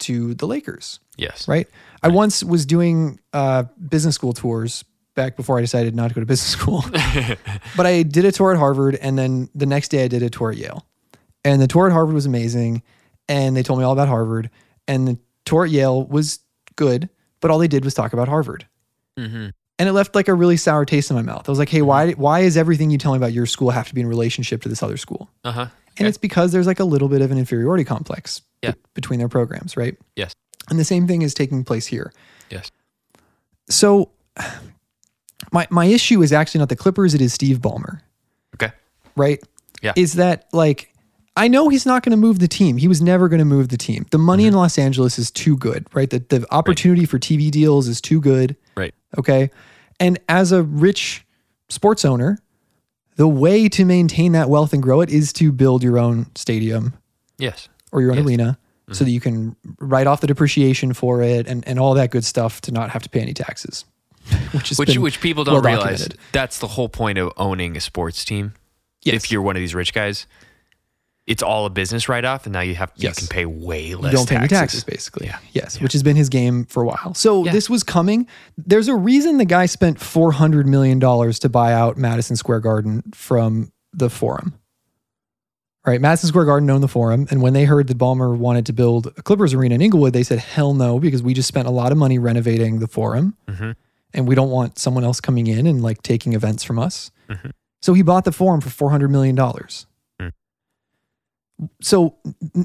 to the Lakers?
Yes.
Right? I
Right.
once was doing uh business school tours back before I decided not to go to business school. but I did a tour at Harvard, and then the next day I did a tour at Yale. And the tour at Harvard was amazing, and they told me all about Harvard. And the tour at Yale was good, but all they did was talk about Harvard,
hmm
and it left like a really sour taste in my mouth. I was like, hey, why why is everything you tell me about your school have to be in relationship to this other school?
Uh huh.
And
Okay.
it's because there's like a little bit of an inferiority complex
Yeah.
be- between their programs, right?
Yes.
And the same thing is taking place here.
Yes.
So my my issue is actually not the Clippers, it is Steve Ballmer
Okay.
right?
Yeah.
Is that like I know he's not going to move the team. He was never going to move the team. The money
Mm-hmm.
in Los Angeles is too good, right? The the opportunity for TV deals is too good.
Right.
Okay. And as a rich sports owner, the way to maintain that wealth and grow it is to build your own stadium
Yes.
or your own
Yes. Mm-hmm.
arena so that you can write off the depreciation for it and, and all that good stuff to not have to pay any taxes. Which is
Which which people don't
well
realize
documented.
that's the whole point of owning a sports team.
Yes.
If you're one of these rich guys, it's all a business write off, and now you have
Yes.
you can pay way
you
less.
don't pay any
taxes.
taxes basically
Yeah.
yes which has been his game for a while so
Yeah.
this was coming there's a reason the guy spent 400 million dollars to buy out madison square garden from the forum right madison square garden owned the forum and when they heard that Ballmer wanted to build a clippers arena in inglewood they said hell no because we just spent a lot of money renovating the forum
Mhm.
and we don't want someone else coming in and like taking events from us
Mhm.
so he bought the forum for 400 million dollars
Mm.
so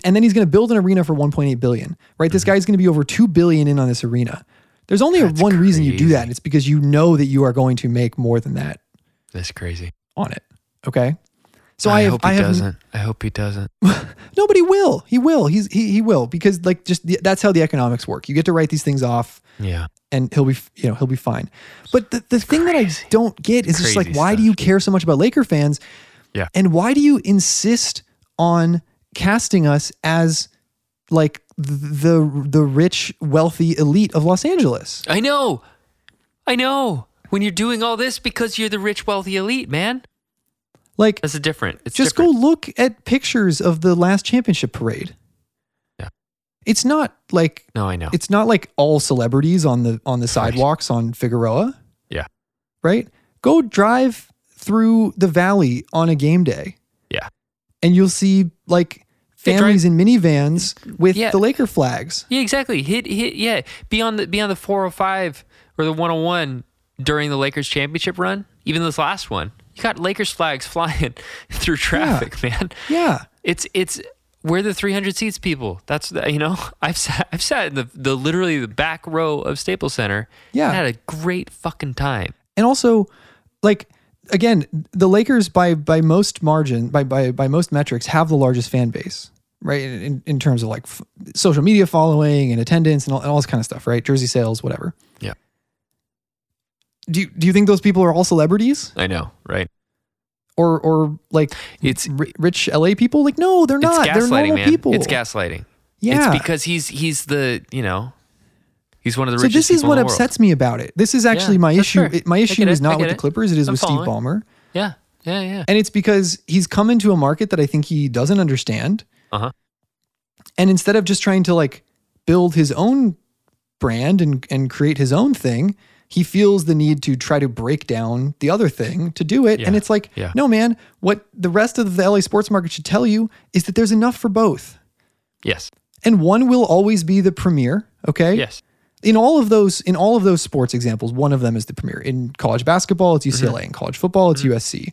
and then he's going to build an arena for 1.8 billion right this guy's going to be over 2 billion in on this arena there's only
Mm-hmm. That's
one reason you do
crazy.
that and it's because you know that you are going to make more than that
That's crazy.
on it okay so
So
i,
I,
have,
hope he
I have
doesn't. I hope he doesn't.
nobody will he will he's he, he will because like just the, that's how the economics work you get to write these things off
Yeah.
and he'll be you know he'll be fine. But the, the thing that
crazy.
I don't get is just like
Crazy
why do
stuff.
you care so much about Laker fans?
Yeah.
And why do you insist on casting us as like the the rich wealthy elite of Los Angeles?
I know. I know. When you're doing all this because you're the rich, wealthy elite, man.
Like
That's a different. It's
just
different.
go look at pictures of the last championship parade.
Yeah.
It's not like
No, I know.
it's not like all celebrities on the on the sidewalks on Figueroa.
Yeah.
Right? Go drive through the valley on a game day.
Yeah.
And you'll see like
Yeah, drive-
families in minivans with
Yeah.
the Laker flags.
Yeah, exactly. Hit hit yeah. Be on the be on the 405 or the 101 during the Lakers championship run, even this last one. You got Lakers flags flying through traffic, man.
Yeah.
It's it's we're the 300 seats people. That's the- you know, I've sat I've sat in the, the literally the back row of Staples Center.
Yeah.
and had a great fucking time.
and also like again the lakers by by most margin by by, by most metrics have the largest fan base right in, in, in terms of like f- social media following and attendance and all, and all this kind of stuff right jersey sales whatever
Yeah.
do you, do you think those people are all celebrities
I know, right?
or or like
It's
ri- rich la people like no they're not
it's
they're
gaslighting,
normal
man.
people
It's gaslighting.
yeah
It's because he's he's the, you know, he's one of the
so
richest
this is
people
what
in the world.
upsets me about it this is actually my
that's
issue
fair.
it, my
I
issue
get
is
it, I
not with
get
the
it.
clippers it is
I'm
with steve
following.
ballmer
Yeah. Yeah, yeah.
And it's because he's come into a market that I think he doesn't understand.
Uh-huh.
And instead of just trying to like build his own brand and, and create his own thing, he feels the need to try to break down the other thing to do it. And
Yeah.
it's like,
Yeah.
no, man, what the rest of the LA sports market should tell you is that there's enough for both.
Yes.
And one will always be the premier. Okay
Yes.
in all of those in all of those sports examples, one of them is the premier. In college basketball, it's
Mm-hmm.
UCLA. In college football, it's USC.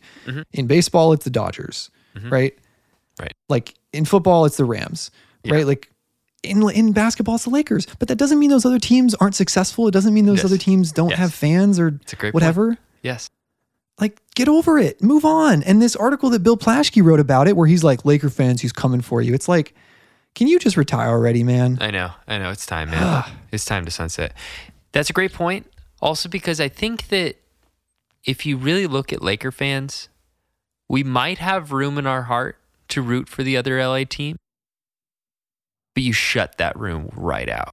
In baseball, it's the Dodgers. Right.
Mm-hmm. Right.
Like in football, it's the Rams. Right. Like in in basketball, it's the Lakers. But that doesn't mean those other teams aren't successful. It doesn't mean those
Yes.
other teams don't
Yes.
have fans or
It's a great point.
whatever.
Yes.
Like, get over it. Move on. And this article that Bill Plaschke wrote about it, where he's like, Laker fans, he's coming for you. It's like, can you just retire already, man?
I know. I know. It's time, man. it's time to sunset. That's a great point. Also, because I think that if you really look at Laker fans, we might have room in our heart to root for the other LA team, but you shut that room right out.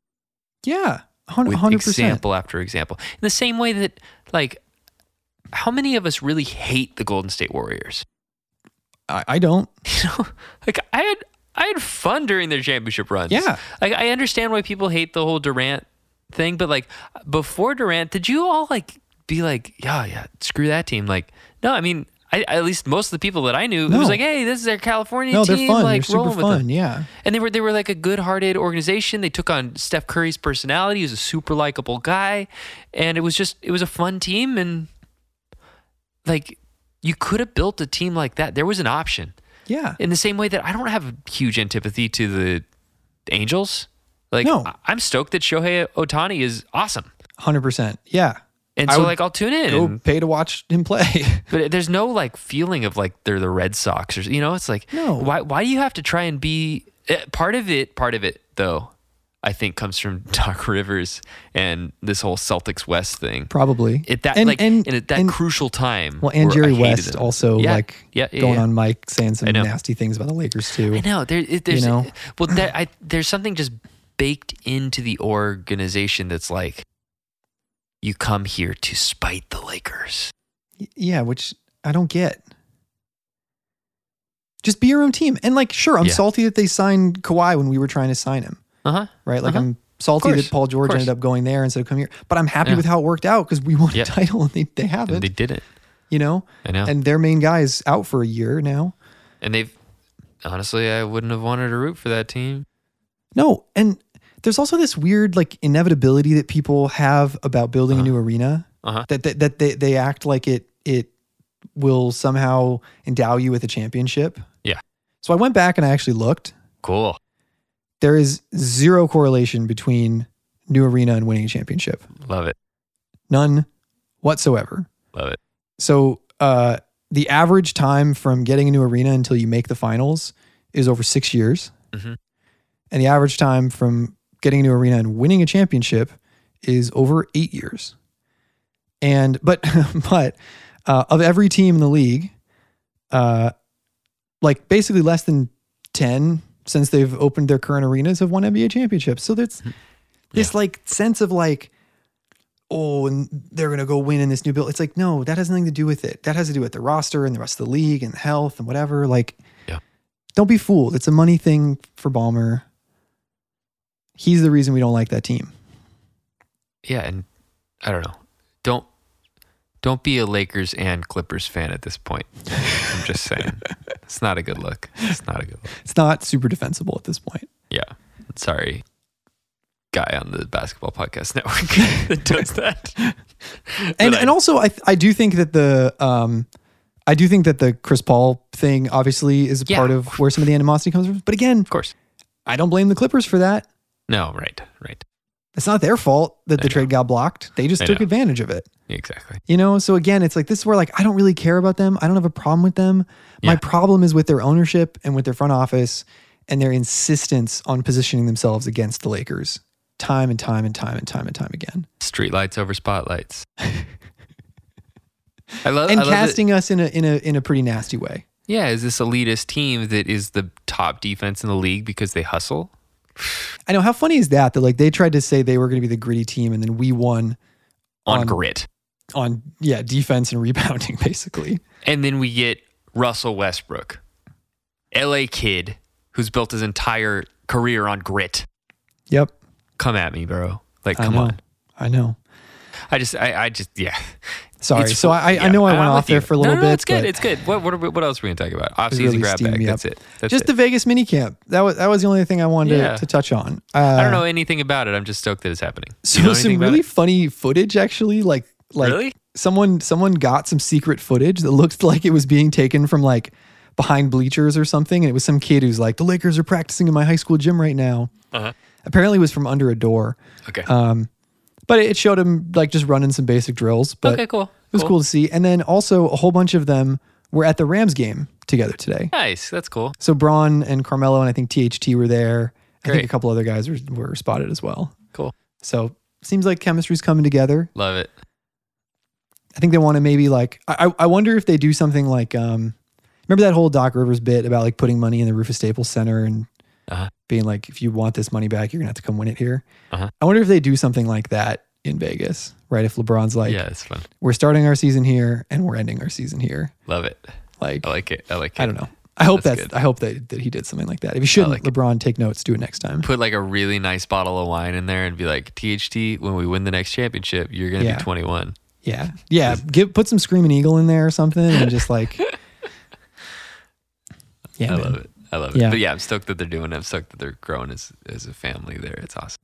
Yeah. 100%.
with example after example. In the same way that, like, how many of us really hate the Golden State Warriors?
I, I don't.
You know, like I had I had fun during their championship runs.
Yeah.
like I understand why people hate the whole Durant thing, but like before Durant, did you all like be like, yeah, yeah, screw that team? Like, no, I mean. I, at least most of the people that I knew, it
No.
was like, "Hey, this is their California
No,
team.
they're fun.
Like,
they're super
rolling with them."
fun. Yeah.
And they were they were like a good-hearted organization. They took on Steph Curry's personality. He was a super likable guy, and it was just it was a fun team. And like, you could have built a team like that. There was an option.
Yeah.
In the same way that I don't have huge antipathy to the Angels. Like,
No.
I- I'm stoked that Shohei Otani is awesome,
100%. Yeah.
and
I
so
would
like I'll tune in.
Go
and-
pay to watch him play.
But there's no like feeling of like they're the Red Sox or you know it's like
No.
why why do you have to try and be eh, part of it part of it though I think comes from Doc Rivers and this whole Celtics West thing
Probably.
at that
and,
like
and,
in a, that
and-
crucial time
well, and
where I
Jerry
hated
West
them.
also
Yeah,
like
yeah, yeah,
going
yeah.
on mic saying some
I know.
nasty things about the Lakers too.
I know there it- there's
know?
well there, I, there's something just baked into the organization that's like you come here to spite the Lakers
Y- Yeah, which I don't get. Just be your own team. And like, sure, I'm
Yeah.
salty that they signed Kawhi when we were trying to sign him,
uh huh
right? Like,
Uh-huh.
I'm salty
course.
that Paul George
course.
ended up going there instead of coming here. But I'm happy
Yeah.
with how it worked out because we won
Yep.
a title and they, they
and
haven't,
they did it
you know?
I know
And their main guy is out for a year now.
And they've honestly, I wouldn't have wanted to root for that team.
No, and there's also this weird like inevitability that people have about building a new arena
Uh-huh.
that that, that they, they act like it it will somehow endow you with a championship.
Yeah.
So I went back and I actually looked.
Cool.
There is zero correlation between new arena and winning a championship.
Love it.
None whatsoever.
Love it.
So uh, the average time from getting a new arena until you make the finals is over six years.
Mhm.
And the average time from getting a new arena and winning a championship is over eight years. And, but, but uh, of every team in the league, uh, like basically less than 10 since they've opened their current arenas have won NBA championships. So that's this like sense of like, oh, and they're going to go win in this new build. It's like, no, that has nothing to do with it. That has to do with the roster and the rest of the league and health and whatever. Like,
Yeah.
don't be fooled. It's a money thing for Balmer. He's the reason we don't like that team.
Yeah, and I don't know. Don't Don't be a Lakers and Clippers fan at this point. I'm just saying. It's not a good look. It's not a good look.
It's not super defensible at this point.
Yeah. Sorry, guy on the basketball podcast network that does that.
and
But I-
and also I th- I do think that the um I do think that the Chris Paul thing obviously is a
Yeah.
part of where some of the animosity comes from. But again,
of course.
I don't blame the Clippers for that.
No, right, right.
It's not their fault that
I
the trade got blocked. They just
I
took
know.
advantage of it.
Exactly.
You know, so again, it's like this is where like I don't really care about them. I don't have a problem with them. My
Yeah.
problem is with their ownership and with their front office and their insistence on positioning themselves against the Lakers time and time and time and time and time again.
Streetlights over spotlights. I love
And
I love that-
casting us in a in a in a pretty nasty way.
Yeah, is this elitist team that is the top defense in the league because they hustle?
I know how funny is that that like they tried to say they were going to be the gritty team and then we won
On,
On-
grit.
on yeah defense and rebounding basically.
And then we get Russell Westbrook, LA kid who's built his entire career on grit.
Yep,
Come at me, bro. Like,
I
come
know.
on.
I know.
I just, I, I just, yeah.
Sorry,
It's-
so I I
yeah.
know I
I'm
went
with
off there
you.
for a little
no, no, no,
bit.
It's good.
but
It's good. What, what, are we- what else are we going to talk about? Offseason
really
grab bag.
steamy up.
That's it. That's
just
it.
the Vegas minicamp. That was that was the only thing I wanted
Yeah.
to, to touch on. Uh,
I don't know anything about it. I'm just stoked that it's happening. Do
So
you know anything
some
about
really
it?
funny footage actually, like like
Really?
someone someone got some secret footage that looked like it was being taken from like behind bleachers or something, and it was some kid who's like, "The Lakers are practicing in my high school gym right now."
Uh-huh.
Apparently, it was from under a door,
Okay.
uh, but it showed him like just running some basic drills. But
okay, cool.
It was cool to see, and then also a whole bunch of them were at the Rams game together today.
Nice. That's cool.
So Braun and Carmelo and I think THT were there. I
Great.
think a couple other guys were, were spotted as well.
Cool.
So seems like chemistry's coming together.
Love it.
I think they want to maybe like I I- I wonder if they do something like um remember that whole Doc Rivers bit about like putting money in the Rufus Staples Center and
Uh-huh.
being like if you want this money back you're gonna have to come win it here.
Uh-huh.
I wonder if they do something like that in Vegas, right? If LeBron's like
yeah, it's fun.
we're starting our season here and we're ending our season here,
Love it.
like
I like it. I like it.
I don't know. I hope
That's
that's, I hope that, that he did something like that. If he shouldn't,
like it.
LeBron, take notes. Do it next time.
Put like a really nice bottle of wine in there and be like, THT, when we win the next championship, you're going to
Yeah.
be 21.
Yeah, yeah. Give put some screaming eagle in there or something, and just like, yeah,
I
man.
love it. I love it.
Yeah.
But yeah, I'm stoked that they're doing it. I'm stoked that they're growing as, as a family there. It's awesome.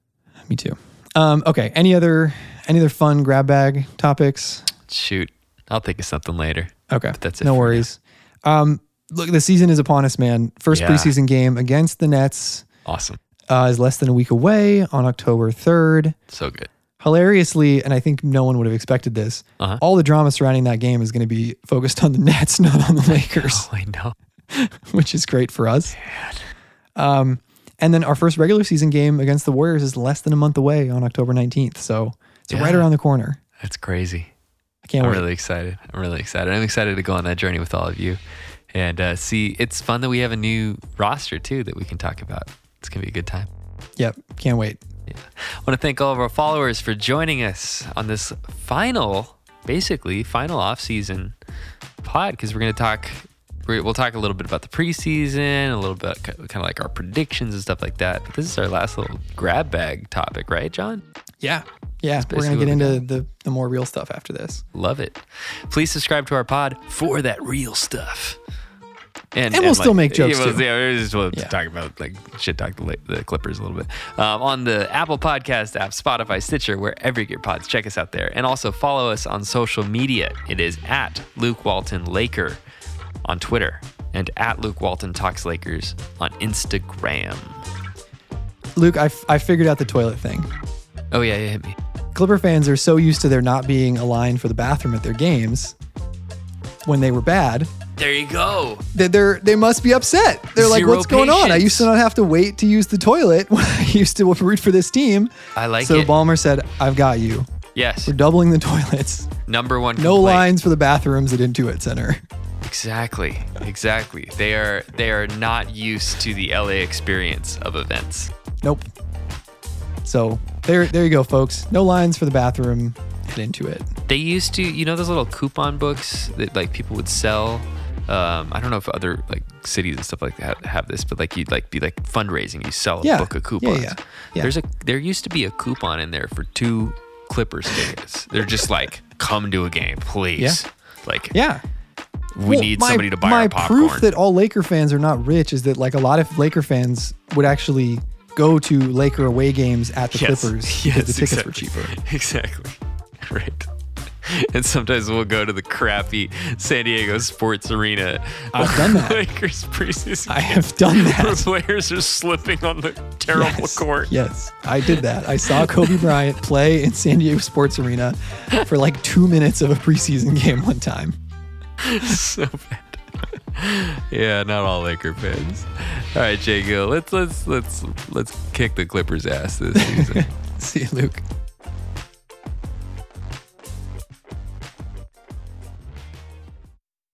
me too. Um, okay. Any other any other fun grab bag topics?
Shoot. I'll think of something later.
Okay,
that's it
No
for now.
worries. Um, look, the season is upon us, man. First
Yeah.
preseason game against the Nets
Awesome.
uh, is less than a week away on October third.
So good.
hilariously, and I think no one would have expected this,
Uh-huh.
all the drama surrounding that game is going to be focused on the Nets, not on the Lakers,
I know.
which is great for us. Um, and then our first regular season game against the Warriors is less than a month away on October 19th. So it's right
Yeah.
around the corner.
That's crazy.
I can't
I'm
wait.
really excited. I'm really excited. I'm excited to go on that journey with all of you and uh, see. It's fun that we have a new roster too that we can talk about. It's going to be a good time.
Yep. Can't wait.
I want to thank all of our followers for joining us on this final, basically final off-season pod because we're going to talk. we're- We'll talk a little bit about the preseason, a little bit kind of like our predictions and stuff like that. But this is our last little grab bag topic, right, John?
Yeah. Yeah. We're going
basically
to get
what we
into the, the more real stuff after this.
Love it. Please subscribe to our pod for that real stuff.
And we'll still make jokes,
Yeah, we'll-
too.
yeah, we're just we'll
Yeah.
talk about like shit talk the, La- the Clippers a little bit um, on the Apple Podcast app, Spotify, Stitcher, wherever you get your pods. Check us out there, and also follow us on social media. It is at Luke Walton Laker on Twitter and at Luke Walton Talks Lakers on Instagram.
Luke, I, f- I figured out the toilet thing.
Oh yeah, yeah, hit me.
Clipper fans are so used to there not being a line for the bathroom at their games when they were bad
There you go.
that they're they must be upset. They're like,
Zero
what's going on? I
patience.
used to not have to wait to use the toilet when I used to root for this team.
I like
so
it.
Ballmer said, I've got you.
yes,
We're doubling the toilets.
number one.
No
complaint.
lines for the bathrooms at Intuit Center.
Exactly. Exactly. They are they are not used to the LA experience of events.
Nope. So there there you go, folks. No lines for the bathroom at Intuit.
They used to, you know, those little coupon books that like people would sell. Um, I don't know if other like cities and stuff like that have this, but like you'd like be like fundraising, you sell a
Yeah.
book of
Yeah,
coupons.
yeah. Yeah.
There's a there used to be a coupon in there for two Clippers tickets. They're just like come to a game, please.
Yeah.
Like
Yeah.
we
Well,
need
my-
somebody to buy
my
our popcorn.
proof that all Laker fans are not rich is that like a lot of Laker fans would actually go to Laker away games at the
Yes.
Clippers because
Yes,
the tickets were
exactly.
cheaper.
Exactly. Right. And sometimes we'll go to the crappy San Diego Sports Arena.
I've done that.
Lakers preseason.
I have done
Where
that.
players are slipping on the terrible
yes.
court.
Yes, I did that. I saw Kobe Bryant play in San Diego Sports Arena for like two minutes of a preseason game one time.
so bad. yeah, not all Laker fans. All right, Jay Gill, let's let's let's let's kick the Clippers' ass this season.
See you, Luke.